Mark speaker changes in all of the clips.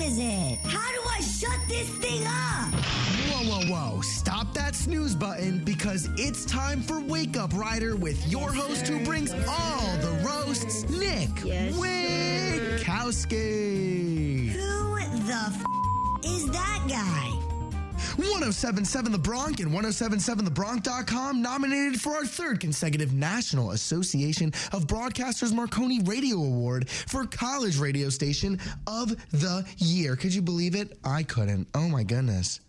Speaker 1: is it? How do I shut this thing up?
Speaker 2: Whoa, whoa, whoa. Stop that snooze button because it's time for Wake Up Rider with your host who brings all the roasts, Nick
Speaker 3: Yes,
Speaker 2: Winkowski.
Speaker 1: Who the f- is that guy?
Speaker 2: 1077 The Bronx and 1077TheBronx.com nominated for our third consecutive National Association of Broadcasters Marconi Radio Award for College Radio Station of the Year. Could you believe it? I couldn't. Oh my goodness.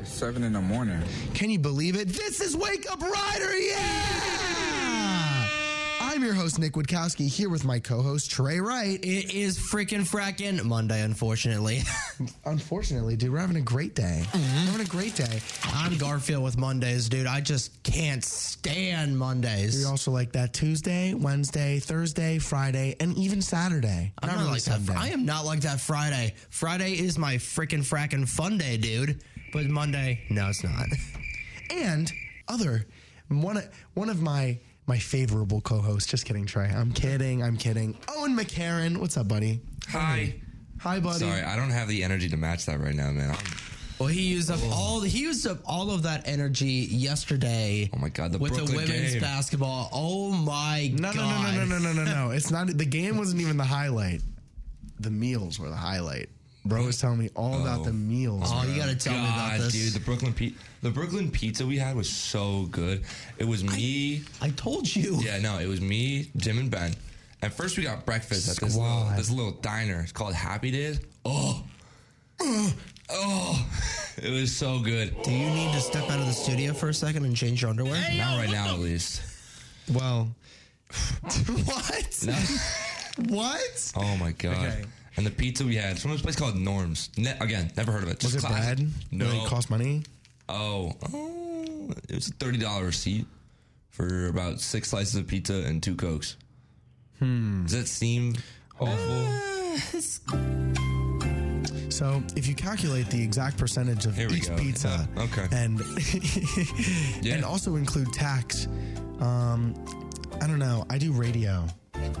Speaker 4: It's seven in the morning.
Speaker 2: Can you believe it? This is Wake Up Rider, yeah! I'm your host, Nick Witkowski, here with my co host, Trey Wright.
Speaker 5: It is freaking fracking Monday, unfortunately. Mm-hmm.
Speaker 2: Unfortunately, dude, we're having a great day. We're having a great day.
Speaker 5: I'm Garfield with Mondays, dude. I just can't stand Mondays.
Speaker 2: We also like that Tuesday, Wednesday, Thursday, Friday, and even Saturday.
Speaker 5: I'm not
Speaker 2: really
Speaker 5: like that.
Speaker 2: Sunday.
Speaker 5: I am not like that Friday. Friday is my freaking fracking fun day, dude. But Monday, no, it's not.
Speaker 2: and other one one of my my favorable co-hosts. Just kidding, Trey. I'm kidding. I'm kidding. Owen McCarron, what's up, buddy?
Speaker 4: Hi.
Speaker 2: Hi, buddy.
Speaker 6: Sorry, I don't have the energy to match that right now, man. I'm,
Speaker 5: Well, he used up all he used up all of that energy yesterday.
Speaker 6: Oh my God, the
Speaker 5: with the
Speaker 6: Brooklyn
Speaker 5: women's
Speaker 6: game.
Speaker 5: basketball. Oh my
Speaker 2: No,
Speaker 5: god!
Speaker 2: no, no, no, no, no, no, no, no. It's not. The game wasn't even the highlight. The meals were the highlight. Bro was telling me all about the meals.
Speaker 5: Oh,
Speaker 2: bro.
Speaker 5: you gotta tell me about this,
Speaker 6: dude, the Brooklyn pi- the Brooklyn pizza we had was so good. It was me.
Speaker 5: I told you.
Speaker 6: yeah, no, it was me, Jim, and Ben. At first, we got breakfast at this little,
Speaker 2: Squad.
Speaker 6: this little diner. It's called Happy Days. Oh, uh, oh, it was so good.
Speaker 5: Do you need to step out of the studio for a second and change your underwear?
Speaker 6: Not right now, at least.
Speaker 2: Well,
Speaker 5: What?
Speaker 6: No.
Speaker 5: What?
Speaker 6: Oh my god.
Speaker 2: Okay.
Speaker 6: And the pizza we had, it's from this place called Norms. Ne- again, never heard of it.
Speaker 2: was
Speaker 6: Just
Speaker 2: it
Speaker 6: classic.
Speaker 2: bad?
Speaker 6: No.
Speaker 2: Did it cost money?
Speaker 6: Oh, oh, it was a thirty dollar receipt for about six slices of pizza and two cokes. Hmm. Does that seem awful?
Speaker 2: So if you calculate the exact percentage of
Speaker 6: Here we
Speaker 2: each
Speaker 6: go.
Speaker 2: pizza,
Speaker 6: Yeah, okay.
Speaker 2: and
Speaker 6: Yeah.
Speaker 2: and also include tax, um, I don't know. I do radio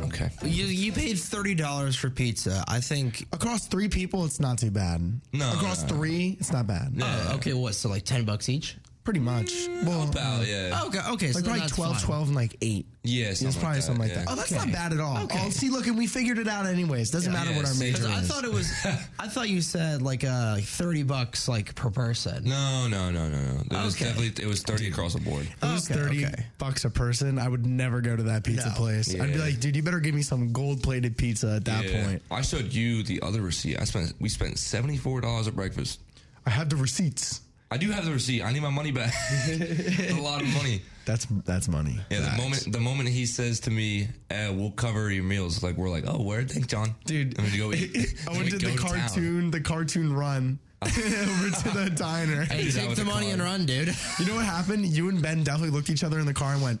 Speaker 6: Okay.
Speaker 5: You you paid thirty dollars for pizza. I think.
Speaker 2: across three people. It's not too bad.
Speaker 6: No,
Speaker 2: across
Speaker 6: no, no.
Speaker 2: three, it's not bad.
Speaker 5: Oh, okay, what? So like ten bucks each?
Speaker 2: Pretty much. Well,
Speaker 6: Mm, About yeah.
Speaker 5: Okay, okay. so
Speaker 2: like
Speaker 5: then
Speaker 2: probably
Speaker 5: that's
Speaker 2: 12,
Speaker 5: fine.
Speaker 2: 12, and like eight.
Speaker 6: Yeah,
Speaker 2: It's
Speaker 6: something
Speaker 2: probably
Speaker 6: like
Speaker 2: something like
Speaker 6: yeah.
Speaker 2: that. Oh, that's
Speaker 5: Okay.
Speaker 2: not bad at all.
Speaker 5: Okay.
Speaker 2: Oh, see, look, and we figured it out anyways. Doesn't matter
Speaker 6: Yeah,
Speaker 2: what our
Speaker 6: see,
Speaker 2: major
Speaker 5: 'Cause I
Speaker 2: is.
Speaker 5: thought it was. I thought you said like uh, thirty bucks like per person.
Speaker 6: No, no, no, no, no. It was
Speaker 5: Okay.
Speaker 6: definitely it was thirty across the board.
Speaker 2: It was
Speaker 5: Okay,
Speaker 2: 30
Speaker 5: okay.
Speaker 2: bucks a person. I would never go to that pizza
Speaker 5: No.
Speaker 2: place. I'd be
Speaker 6: Yeah.
Speaker 2: like, dude, you better give me some gold plated pizza at that
Speaker 6: Yeah.
Speaker 2: point.
Speaker 6: I showed you the other receipt. I spent we spent seventy four dollars at breakfast.
Speaker 2: I have the receipts.
Speaker 6: I do have the receipt. I need my money back. It's a lot of money.
Speaker 2: That's that's money.
Speaker 6: Yeah, the
Speaker 2: Facts.
Speaker 6: moment the moment he says to me, eh, "We'll cover your meals," like we're like, "Oh, word, thanks, John,
Speaker 2: Dude,
Speaker 6: I'm gonna go eat.
Speaker 2: I
Speaker 6: Then
Speaker 2: went
Speaker 6: we
Speaker 2: to
Speaker 6: go
Speaker 2: the
Speaker 6: to town.
Speaker 2: cartoon, the cartoon run over to the diner.
Speaker 5: Hey,
Speaker 6: Is that
Speaker 5: take
Speaker 6: what
Speaker 5: the
Speaker 6: they
Speaker 5: money
Speaker 6: call
Speaker 5: and
Speaker 6: it?
Speaker 5: run, dude.
Speaker 2: You know what happened? You and Ben definitely looked each other in the car and went,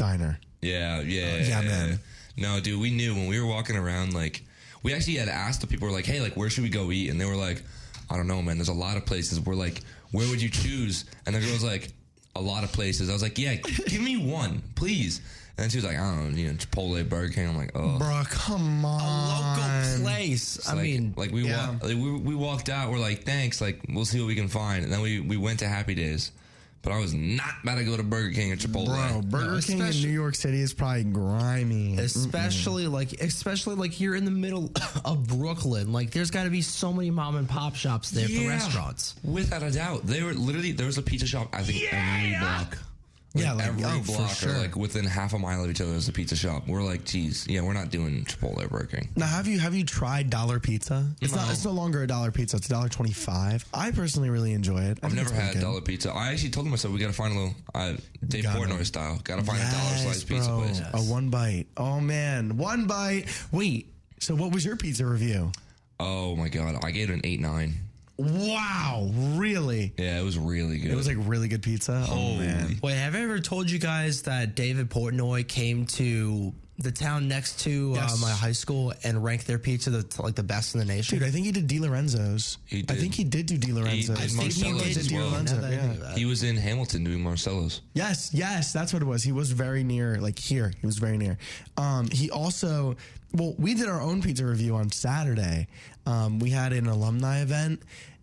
Speaker 2: diner.
Speaker 6: Yeah, yeah,
Speaker 2: Oh, yeah, man.
Speaker 6: No, dude, we knew when we were walking around. Like, we actually had asked the people, were like, "Hey, like, where should we go eat?" And they were like, "I don't know, man. There's a lot of places." We're like, "Where would you choose?" And the girl was like, "A lot of places." I was like, "Yeah, give me one, please." And she was like, "I don't know, you know, Chipotle, Burger King." I'm like, "Oh."
Speaker 2: Bro, come on.
Speaker 5: Local place. I
Speaker 6: like,
Speaker 5: mean,
Speaker 6: like we
Speaker 2: yeah.
Speaker 6: walk, like we, we walked out. We're like, thanks. Like we'll see what we can find. And then we we went to Happy Days, but I was not about to go to Burger King or Chipotle.
Speaker 2: Bro, Burger
Speaker 5: No,
Speaker 2: King in
Speaker 5: especially-
Speaker 2: New York City is probably grimy.
Speaker 5: especially like especially like you're in the middle of Brooklyn. Like there's got to be so many mom and pop shops there for
Speaker 6: Yeah.
Speaker 5: restaurants.
Speaker 6: without a doubt, they were literally there was a pizza shop. I think every block.
Speaker 2: Yeah, like,
Speaker 6: every
Speaker 2: oh, for
Speaker 6: block,
Speaker 2: sure.
Speaker 6: or like within half a mile of each other, was a pizza shop. We're like, geez, yeah, we're not doing Chipotle or Burger King.
Speaker 2: Now, have you have you tried dollar pizza? It's not. It's no longer a dollar pizza. It's a dollar twenty five. I personally really enjoy it. I
Speaker 6: I've
Speaker 2: think
Speaker 6: never
Speaker 2: it's pretty
Speaker 6: had
Speaker 2: good.
Speaker 6: dollar pizza. I actually told myself we gotta find a little uh, Dave
Speaker 2: Gotta.
Speaker 6: Portnoy style. Gotta find a dollar slice pizza
Speaker 2: bro.
Speaker 6: place.
Speaker 2: A one bite. Oh man, one bite. Wait. So what was your pizza review?
Speaker 6: Oh my god, I gave it an eight nine.
Speaker 2: Wow, really?
Speaker 6: Yeah, it was really good.
Speaker 2: It was like really good pizza. Oh man.
Speaker 5: Wait, have I ever told you guys that David Portnoy came to the town next to uh,
Speaker 2: Yes.
Speaker 5: my high school and ranked their pizza the, like the best in the nation.
Speaker 2: Dude, I think he did Di Lorenzo's.
Speaker 6: He
Speaker 2: I think
Speaker 6: did.
Speaker 2: he did do Di Lorenzo's.
Speaker 6: did
Speaker 5: think he
Speaker 6: Marcello's
Speaker 5: did
Speaker 6: as
Speaker 5: do
Speaker 6: well.
Speaker 5: Lorenzo,
Speaker 2: Now that I
Speaker 5: yeah.
Speaker 2: think of
Speaker 6: He was in Hamilton doing Marcello's.
Speaker 2: Yes, yes, that's what it was. He was very near, like here. He was very near. Um, he also, well, we did our own pizza review on Saturday. Um, we had an alumni event.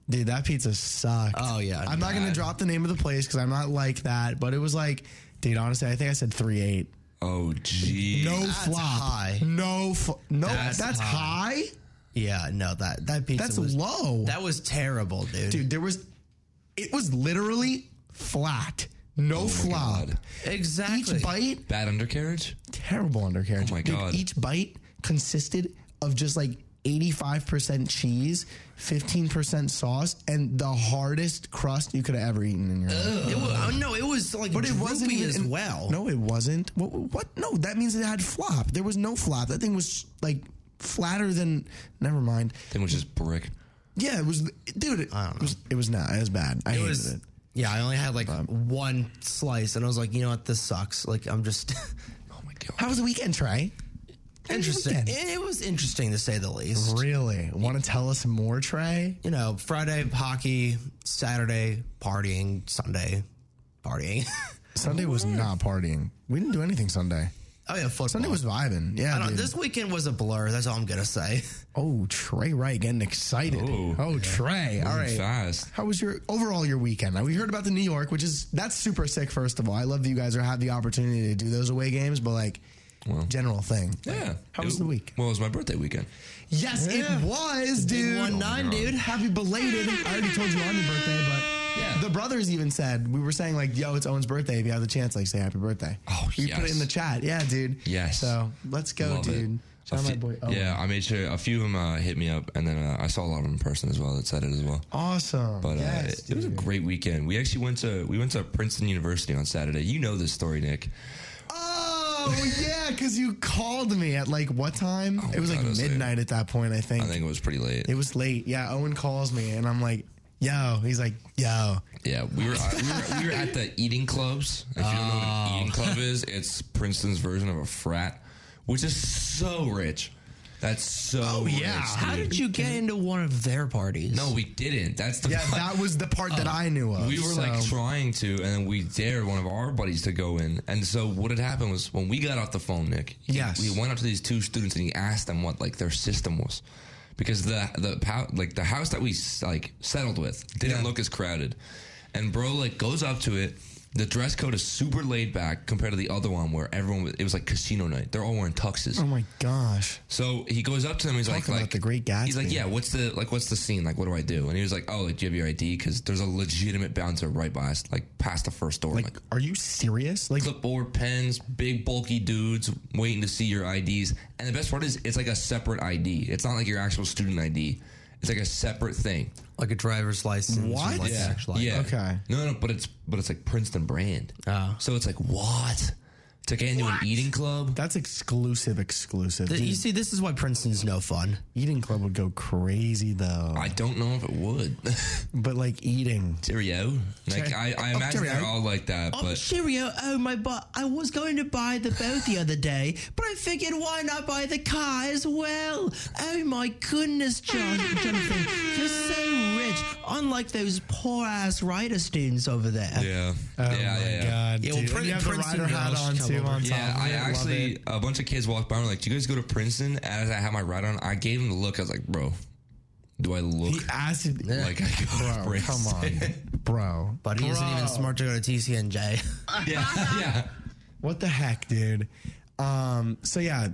Speaker 2: Dude, that pizza sucked.
Speaker 5: Oh, yeah,
Speaker 2: I'm not gonna
Speaker 5: bad.
Speaker 2: drop the name of the place because I'm not like that. But it was like, dude, honestly, I think I said three eight.
Speaker 6: Oh, gee.
Speaker 2: No
Speaker 5: That's
Speaker 2: flop.
Speaker 5: high.
Speaker 2: No, fl- no. That's,
Speaker 5: That's
Speaker 2: high.
Speaker 5: high. Yeah, no, that that pizza
Speaker 2: That's
Speaker 5: was
Speaker 2: low.
Speaker 5: that was terrible, dude.
Speaker 2: dude, there was. It was literally flat. No flop.
Speaker 6: God.
Speaker 5: exactly.
Speaker 2: Each bite
Speaker 6: Bad undercarriage?
Speaker 2: terrible undercarriage.
Speaker 6: Oh my
Speaker 2: Dude,
Speaker 6: God.
Speaker 2: each bite consisted of just like 85% cheese, 15% sauce, and the hardest crust you could have ever eaten in your life.
Speaker 5: It wa- oh, no, it was like
Speaker 2: But it wasn't
Speaker 5: droopy
Speaker 2: even
Speaker 5: as well.
Speaker 2: No, it wasn't. What, what? No, that means it had flop. There was no flop. That thing was like flatter than. Never mind.
Speaker 6: Then was just brick.
Speaker 2: Yeah, it was. Dude, it, It, was, it was not. It was bad. I
Speaker 5: it
Speaker 2: hated
Speaker 5: was.
Speaker 2: it. Um,
Speaker 5: Yeah, I only had like one slice, and I was like, you know what, this sucks. Like, I'm just
Speaker 6: Oh, my God.
Speaker 2: How was the weekend, Trey?
Speaker 5: interesting.
Speaker 2: weekend?
Speaker 5: It, it was interesting to say the least.
Speaker 2: Really? Want to tell us more, Trey?
Speaker 5: You know, Friday hockey, Saturday partying, Sunday partying.
Speaker 2: Sunday was not partying. We didn't do anything Sunday.
Speaker 5: oh yeah, football.
Speaker 2: Sunday was vibing. Yeah.
Speaker 5: I don't,
Speaker 2: dude.
Speaker 5: this weekend was a blur. That's all I'm gonna say.
Speaker 2: oh, Trey Wright getting excited.
Speaker 6: Oh.
Speaker 2: oh, Trey. All right.
Speaker 6: Fast.
Speaker 2: How was your overall your weekend? We heard about the New York, which is that's super sick. First of all, I love that you guys are have the opportunity to do those away games, but like general thing.
Speaker 6: Yeah.
Speaker 2: How was
Speaker 6: It-
Speaker 2: the week?
Speaker 6: Well, it was my birthday weekend.
Speaker 2: Yes, it was, dude.
Speaker 5: One nine, dude.
Speaker 2: Happy belated. I already told you on your birthday, but
Speaker 6: Yeah.
Speaker 2: the brothers even said we were saying like, "Yo, it's Owen's birthday. If you have the chance, like, say happy birthday."
Speaker 6: Oh,
Speaker 2: you put it
Speaker 6: yes.
Speaker 2: in the chat, yeah, dude.
Speaker 6: Yes.
Speaker 2: So let's go,
Speaker 6: Love it.
Speaker 2: Oh, dude.
Speaker 6: A
Speaker 2: Shout out my
Speaker 6: few-
Speaker 2: boy. Owen.
Speaker 6: Yeah, I made sure a few of them uh, hit me up, and then uh, I saw a lot of them in person as well that said it as well.
Speaker 2: Awesome.
Speaker 6: But uh,
Speaker 2: yes,
Speaker 6: it, it was a
Speaker 2: dude.
Speaker 6: great weekend. We actually went to we went to Princeton University on Saturday. You know this story, Nick.
Speaker 2: Oh yeah, because you called me at like what time? it was
Speaker 6: God,
Speaker 2: like
Speaker 6: it Oh, was late.
Speaker 2: midnight at that point, I think.
Speaker 6: I think it was pretty late.
Speaker 2: It was late. Yeah, Owen calls me and I'm like, "Yo," he's like, "Yo."
Speaker 6: Yeah, we were, uh, we were we were at the eating clubs. Ah. If you don't know what an eating club is, it's Princeton's version of a frat, which is so rich. That's so. Oh
Speaker 2: yeah.
Speaker 5: How did you get into one of their parties?
Speaker 6: No, we didn't. That's the.
Speaker 2: Yeah,
Speaker 6: fun-
Speaker 2: that was the part that I knew of.
Speaker 6: Uh, we were like
Speaker 2: so-
Speaker 6: trying to, and then we dared one of our buddies to go in. And so what had happened was when we got off the phone, Nick. he-
Speaker 2: Yes.
Speaker 6: we went up to these two students and he asked them what like their system was, because the the pow- like the house that we s- like settled with didn't look as crowded, and bro like goes up to it. The dress code is super laid back compared to the other one where everyone was- it was like casino night. They're all wearing tuxes.
Speaker 2: Oh my gosh.
Speaker 6: So he goes up to them. He's like,
Speaker 2: about
Speaker 6: like
Speaker 2: the Great Gatsby.
Speaker 6: He's like, yeah. What's the like? What's the scene? Like, what do I do? And he was like, oh, like, do you have your ID? Because there's a legitimate bouncer right by us, like past the first door. like
Speaker 2: Are you serious? Like
Speaker 6: clipboard pens, big bulky dudes waiting to see your IDs. And the best part is, it's like a separate ID. It's not like your actual student ID. It's like a separate thing.
Speaker 5: like a driver's license. or,
Speaker 2: What?
Speaker 5: Like,
Speaker 2: Yeah.
Speaker 5: an actual
Speaker 6: yeah.
Speaker 2: Okay.
Speaker 6: No, no, but it's but it's like Princeton brand.
Speaker 5: Oh.
Speaker 6: So it's like what to get into an eating club.
Speaker 2: that's exclusive, exclusive.
Speaker 5: Th-
Speaker 2: Dude,
Speaker 5: You see, this is why Princeton's no fun.
Speaker 2: eating club would go crazy though.
Speaker 6: I don't know if it would.
Speaker 2: but like eating.
Speaker 6: Cheerio. Like I, I
Speaker 2: Oh,
Speaker 6: imagine they're
Speaker 2: Cheerio.
Speaker 6: all like that,
Speaker 5: Oh,
Speaker 6: but
Speaker 5: Cheerio. Oh, my butt. I was going to buy the boat the other day, but I figured why not buy the car as well? Oh, my goodness, John, Jonathan. You're so rich, unlike those poor ass writer students over there.
Speaker 6: yeah,
Speaker 2: Oh
Speaker 6: yeah, yeah, yeah.
Speaker 5: Yeah, well,
Speaker 2: dude.
Speaker 5: Prin-
Speaker 2: you have the
Speaker 5: Princeton
Speaker 2: rider hat
Speaker 5: girls
Speaker 2: on
Speaker 5: come
Speaker 2: too
Speaker 5: over.
Speaker 2: on top.
Speaker 6: Yeah,
Speaker 2: of
Speaker 6: I
Speaker 2: it. Love
Speaker 6: actually
Speaker 2: it.
Speaker 6: a bunch of kids walked by and were like, "Do you guys go to Princeton?" As I had my ride on, I gave them the look. I was like, "Bro, do I
Speaker 2: He
Speaker 6: look
Speaker 2: asked
Speaker 6: like I go to
Speaker 2: Bro,
Speaker 6: Princeton?"
Speaker 2: come on. Bro.
Speaker 5: But he isn't
Speaker 2: Bro.
Speaker 5: even smart to go to TCNJ.
Speaker 6: yeah, yeah.
Speaker 2: What the heck, dude? Um, so yeah,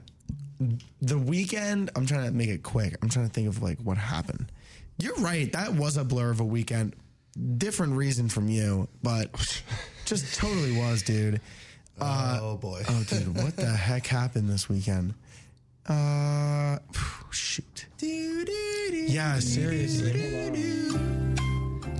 Speaker 2: the weekend. I'm trying to make it quick. I'm trying to think of like what happened. You're right. That was a blur of a weekend. Different reason from you, but just totally was, dude.
Speaker 5: oh, boy.
Speaker 2: Oh, dude, what the heck happened this weekend? Uh, phew, shoot. Yeah, seriously.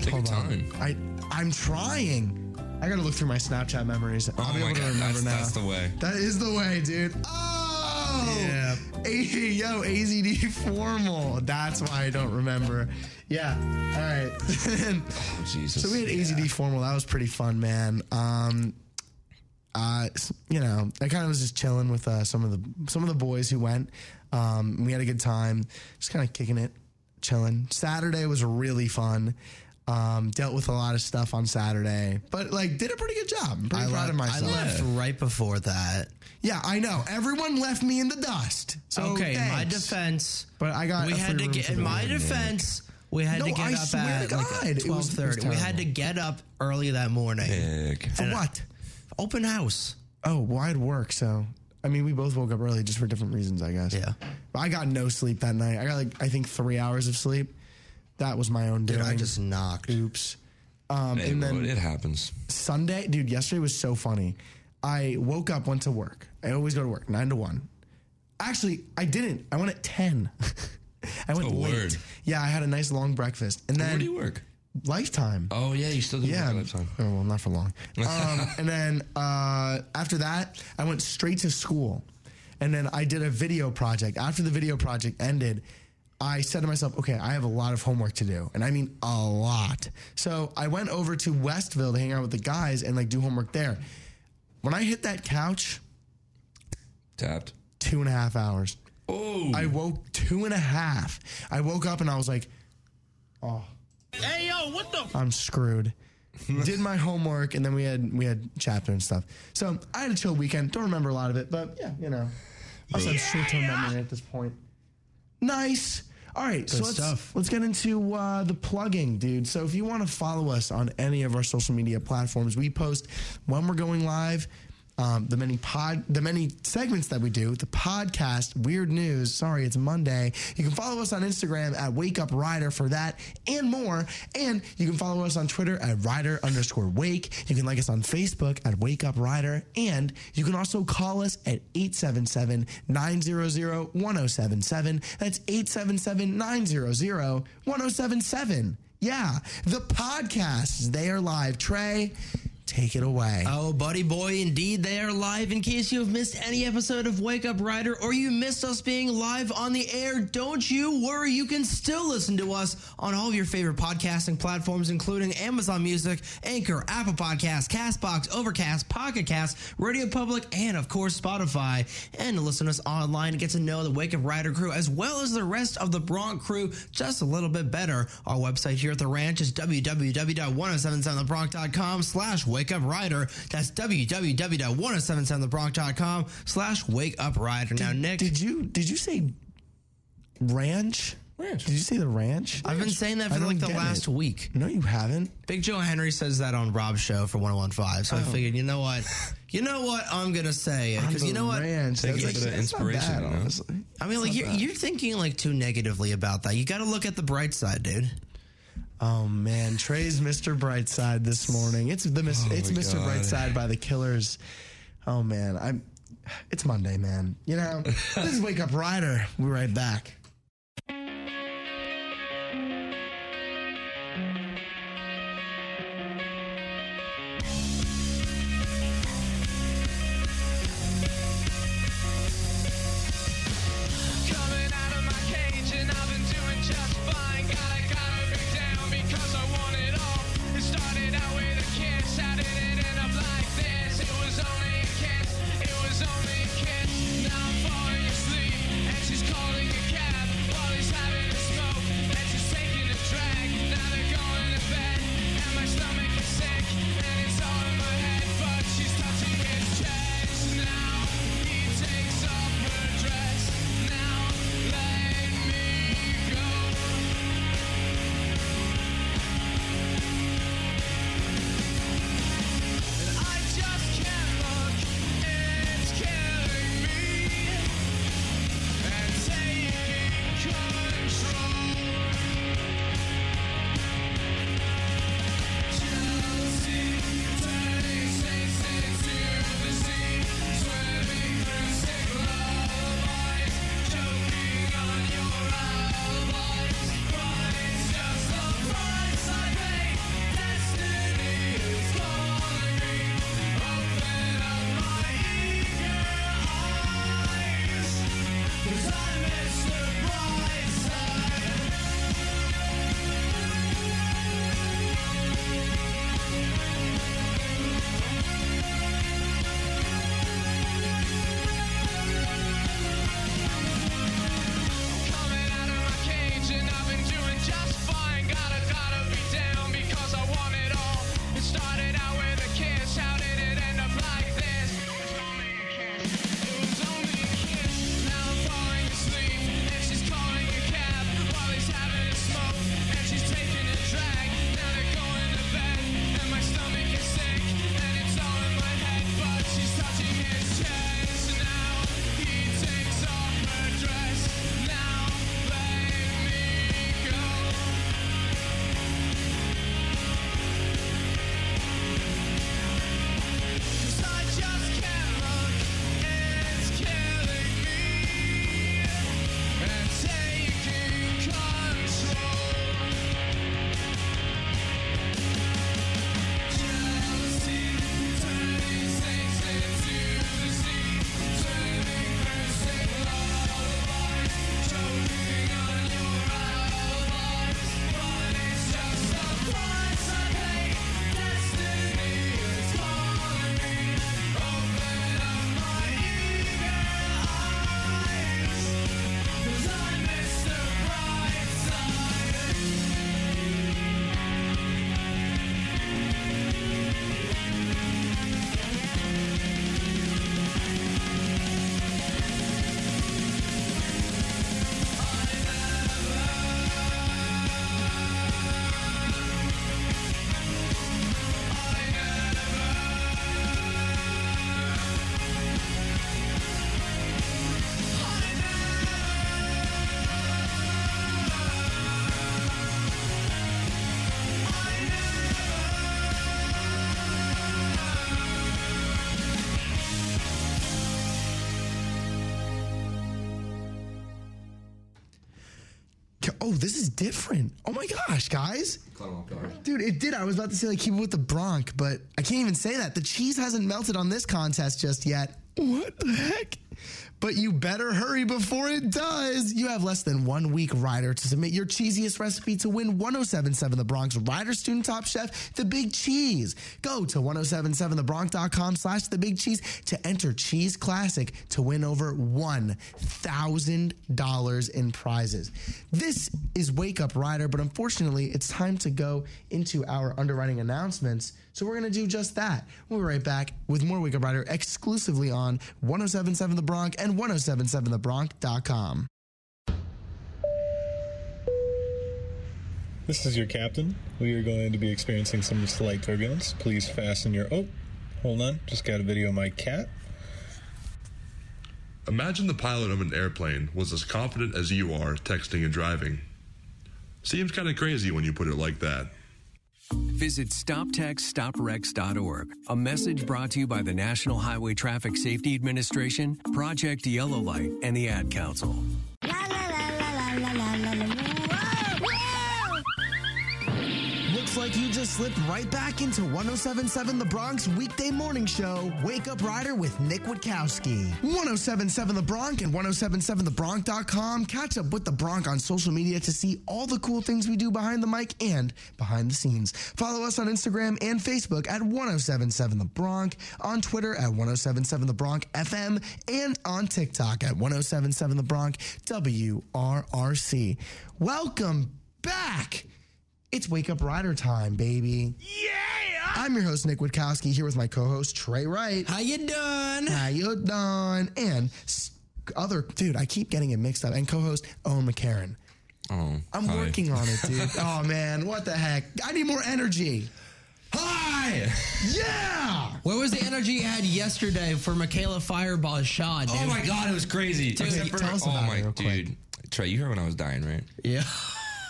Speaker 6: Take your time.
Speaker 2: I I'm trying. I gotta look through my Snapchat memories. I'll
Speaker 6: Oh
Speaker 2: be
Speaker 6: my
Speaker 2: able to
Speaker 6: God,
Speaker 2: remember
Speaker 6: that's-
Speaker 2: now.
Speaker 6: that's the way.
Speaker 2: That is the way, dude. Oh,
Speaker 5: Yeah.
Speaker 2: A- yo, AZD formal. That's why I don't remember. Yeah. All right.
Speaker 6: Oh, Jesus.
Speaker 2: So we had AZD formal. That was pretty fun, man. Um, uh, s- you know, I kind of was just chilling with uh, some of the some of the boys who went. Um, we had a good time, just kind of kicking it, chilling. Saturday was really fun. Um, dealt with a lot of stuff on Saturday, but like did a pretty good job. I'm pretty
Speaker 5: I,
Speaker 2: proud
Speaker 5: left,
Speaker 2: of
Speaker 5: I
Speaker 2: myself.
Speaker 5: left right before that.
Speaker 2: Yeah, I know. Everyone left me in the dust. So
Speaker 5: okay, in my
Speaker 2: thanks.
Speaker 5: defense.
Speaker 2: But I got
Speaker 5: we
Speaker 2: a
Speaker 5: had
Speaker 2: free
Speaker 5: to
Speaker 2: room
Speaker 5: get
Speaker 2: for
Speaker 5: in
Speaker 2: the
Speaker 5: my
Speaker 2: weekend.
Speaker 5: defense. We had
Speaker 2: No,
Speaker 5: to
Speaker 2: I
Speaker 5: get up
Speaker 2: swear
Speaker 5: at
Speaker 2: to God, it
Speaker 5: like
Speaker 2: was- it
Speaker 5: twelve
Speaker 2: was
Speaker 5: thirty. We had to
Speaker 2: terrible.
Speaker 5: get up early that morning.
Speaker 6: Big.
Speaker 2: For what?
Speaker 5: Open house.
Speaker 2: Oh, well, I'd work. So, I mean, we both woke up early just for different reasons, I guess.
Speaker 5: Yeah.
Speaker 2: But I got no sleep that night. I got like, I think three hours of sleep. That was my own doing.
Speaker 5: Dude, I just knocked.
Speaker 2: oops. Um,
Speaker 6: Hey,
Speaker 2: and
Speaker 6: bro,
Speaker 2: then
Speaker 6: it happens.
Speaker 2: Sunday, dude, yesterday was so funny. I woke up, went to work. I always go to work, nine to one. Actually, I didn't. I went at 10. I went
Speaker 6: Oh,
Speaker 2: late.
Speaker 6: word.
Speaker 2: Yeah, I had a nice long breakfast. And then
Speaker 6: Where do you work?
Speaker 2: Lifetime.
Speaker 6: Oh yeah, you still do
Speaker 2: Yeah.
Speaker 6: work at Lifetime.
Speaker 2: Oh, well, not for long. Um, and then uh, after that, I went straight to school. And then I did a video project. After the video project ended, I said to myself, okay, I have a lot of homework to do. And I mean a lot. So I went over to Westville to hang out with the guys and like do homework there. When I hit that couch,
Speaker 6: Tapped.
Speaker 2: two and a half hours.
Speaker 6: Oh,
Speaker 2: I woke two and a half. I woke up and I was like, "Oh."
Speaker 3: Hey yo, what the
Speaker 2: I'm screwed. Did my homework and then we had we had chapter and stuff. So I had a chill weekend. Don't remember a lot of it, but yeah, you know. Also, I'm short term memory at this point. Nice. All right, so let's
Speaker 5: stuff.
Speaker 2: let's get into uh, the plugging, dude. So if you want to follow us on any of our social media platforms, we post when we're going live. Um, the many pod, the many segments that we do, the podcast, weird news. Sorry, it's Monday. You can follow us on Instagram at Wake Up Rider for that and more. And you can follow us on Twitter at Rider underscore Wake. You can like us on Facebook at Wake Up Rider, and you can also call us at 877-900-1077. That's 877-900-1077. Yeah, the podcasts, they are live. Trey, take it away.
Speaker 5: Oh, buddy boy, indeed, they are live. In case you have missed any episode of Wake Up Rider or you missed us being live on the air, don't you worry. You can still listen to us on all of your favorite podcasting platforms, including Amazon Music, Anchor, Apple Podcasts, Castbox, Overcast, Pocket Cast, Radio Public, and of course, Spotify. And to listen to us online and get to know the Wake Up Rider crew as well as the rest of the Bronx crew just a little bit better. Our website here at the ranch is www.1077thebronx.com slash wake up rider. That's www.1077thebronx.com slash wake up rider. Now, Nick,
Speaker 2: Did you did you say ranch?
Speaker 6: Ranch.
Speaker 2: Did you say the ranch?
Speaker 5: I've been saying that
Speaker 2: I
Speaker 5: for
Speaker 2: don't
Speaker 5: like the
Speaker 2: get
Speaker 5: last
Speaker 2: it.
Speaker 5: week.
Speaker 2: No, you haven't.
Speaker 5: Big Joe Henry says that on Rob's show for 1015. So I
Speaker 2: Oh.
Speaker 5: figured, you know what? You know what? I'm going to say it. Because you know what?
Speaker 2: Ranch.
Speaker 6: Thank
Speaker 2: That's
Speaker 6: you for the
Speaker 2: that's not
Speaker 6: inspiration,
Speaker 2: bad,
Speaker 6: you know?
Speaker 2: honestly.
Speaker 5: I mean, like, you're, you're thinking like too negatively about that. You got to look at the bright side, dude.
Speaker 2: Oh man, Trey's Mr. Brightside this morning. It's the mis- it's
Speaker 6: Oh, my
Speaker 2: Mr.
Speaker 6: God.
Speaker 2: Brightside by the Killers. Oh man, I'm. It's Monday, man. You know, this is Wake Up Rider. We're right back.
Speaker 7: Coming out of my cage and I've been doing just fine. Gotta gotta break down because I want it all. It started out with a kiss, how did it end up like this? It was only a kiss, it was only a kiss. Now I'm falling asleep and she's calling a cab.
Speaker 2: Oh, this is different. Oh my gosh, guys.
Speaker 6: Caught him off guard.
Speaker 2: Dude, it did. I was about to say like keep it with the Bronc, but I can't even say that. The cheese hasn't melted on this contest just yet. What the heck? But you better hurry before it does. You have less than one week, Ryder, to submit your cheesiest recipe to win 1077 The Bronx Ryder Student Top Chef, The Big Cheese. Go to 1077thebronx.com slash The Big Cheese to enter Cheese Classic to win over $1,000 in prizes. This is Wake Up Ryder, but unfortunately, it's time to go into our underwriting announcements. So we're going to do just that. We'll be right back with more Wake Up Rider exclusively on 1077 The Bronx and 1077TheBronx.com.
Speaker 8: This is your captain. We are going to be experiencing some slight turbulence. Please fasten your. Oh, hold on. Just got a video of my cat.
Speaker 9: Imagine the pilot of an airplane was as confident as you are texting and driving. Seems kind of crazy when you put it like that.
Speaker 10: Visit StopTextStopRex.org. A message brought to you by the National Highway Traffic Safety Administration, Project Yellow Light, and the Ad Council.
Speaker 2: Looks like you just slipped right back into 1077 The Bronx weekday morning show, Wake Up Rider with Nick Witkowski. 1077 The Bronx and 1077TheBronx.com. Catch up with The Bronx on social media to see all the cool things we do behind the mic and behind the scenes. Follow us on Instagram and Facebook at 1077 The Bronx, on Twitter at 1077 The Bronx FM, and on TikTok at 1077 The Bronx WRRC. Welcome back. It's Wake Up Rider time, baby. Yeah! I'm your host, Nick Witkowski, here with my co-host, Trey Wright.
Speaker 5: How you doing?
Speaker 2: How you doing? And s- other, dude, I keep getting it mixed up. And co-host, Owen McCarron.
Speaker 6: Oh,
Speaker 2: I'm
Speaker 6: hi.
Speaker 2: working on it, dude. oh, man, what the heck? I need more energy.
Speaker 5: Hi.
Speaker 2: Yeah!
Speaker 5: Where was the energy you had yesterday for Michaela Fireball Shaw, dude?
Speaker 6: Oh my god, it was crazy. Except for-
Speaker 2: tell us
Speaker 6: oh
Speaker 2: about it
Speaker 6: my
Speaker 2: real quick.
Speaker 6: dude, Trey, you heard when I was dying, right?
Speaker 5: Yeah.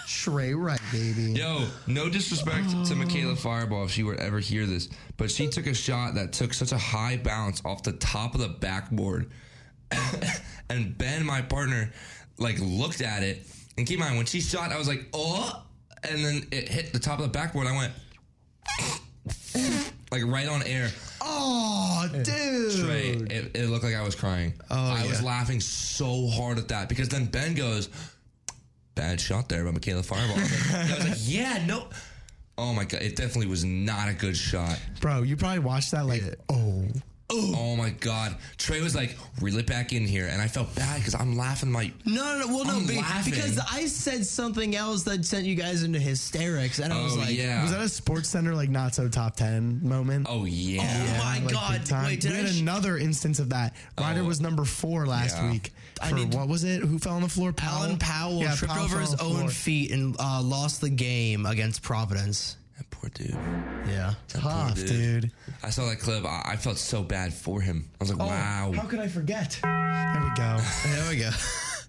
Speaker 2: Trey Wright, baby.
Speaker 6: Yo, no disrespect to Michaela Fireball if she would ever hear this, but she took a shot that took such a high bounce off the top of the backboard. and Ben, my partner, like looked at it. And keep in mind, when she shot, I was like, oh. And then it hit the top of the backboard. I went, like right on air.
Speaker 2: Oh, dude.
Speaker 6: Trey, it, it looked like I was crying. I was laughing so hard at that because then Ben goes, "Bad shot there by Michaela Fireball." I was like, I was like, "Yeah, no." Oh my god, it definitely was not a good shot.
Speaker 2: Bro, you probably watched that like, oh.
Speaker 6: Oh my god, Trey was like, "Reel it back in here," and I felt bad because I'm laughing my.
Speaker 5: No, no, no. Well, no,
Speaker 6: I'm
Speaker 5: be-
Speaker 6: laughing.
Speaker 5: because I said something else that sent you guys into hysterics, and I was
Speaker 6: Oh
Speaker 5: like,
Speaker 6: yeah.
Speaker 2: Was that a Sports Center, like, not so top 10 moment?
Speaker 6: oh yeah.
Speaker 5: Oh my
Speaker 2: like,
Speaker 5: god!
Speaker 2: big time.
Speaker 5: Wait, did
Speaker 2: we
Speaker 5: I?
Speaker 2: had
Speaker 5: sh-
Speaker 2: another instance of that. Ryder
Speaker 6: Oh.
Speaker 2: was number four last
Speaker 6: Yeah.
Speaker 2: week.
Speaker 5: I
Speaker 2: For
Speaker 5: need to-
Speaker 2: what was it? Who fell on the floor? Powell?
Speaker 5: Alan Oh, Powell
Speaker 2: Yeah,
Speaker 5: tripped
Speaker 2: Powell
Speaker 5: over
Speaker 2: fell
Speaker 5: his
Speaker 2: on the
Speaker 5: own
Speaker 2: floor.
Speaker 5: feet and uh, lost the game against Providence.
Speaker 6: That poor dude.
Speaker 5: Yeah.
Speaker 2: Tough,
Speaker 6: Poor
Speaker 2: dude.
Speaker 6: I saw that clip. I, I felt so bad for him. I was like, "Wow."
Speaker 2: How could I forget? There we go.
Speaker 5: There we go.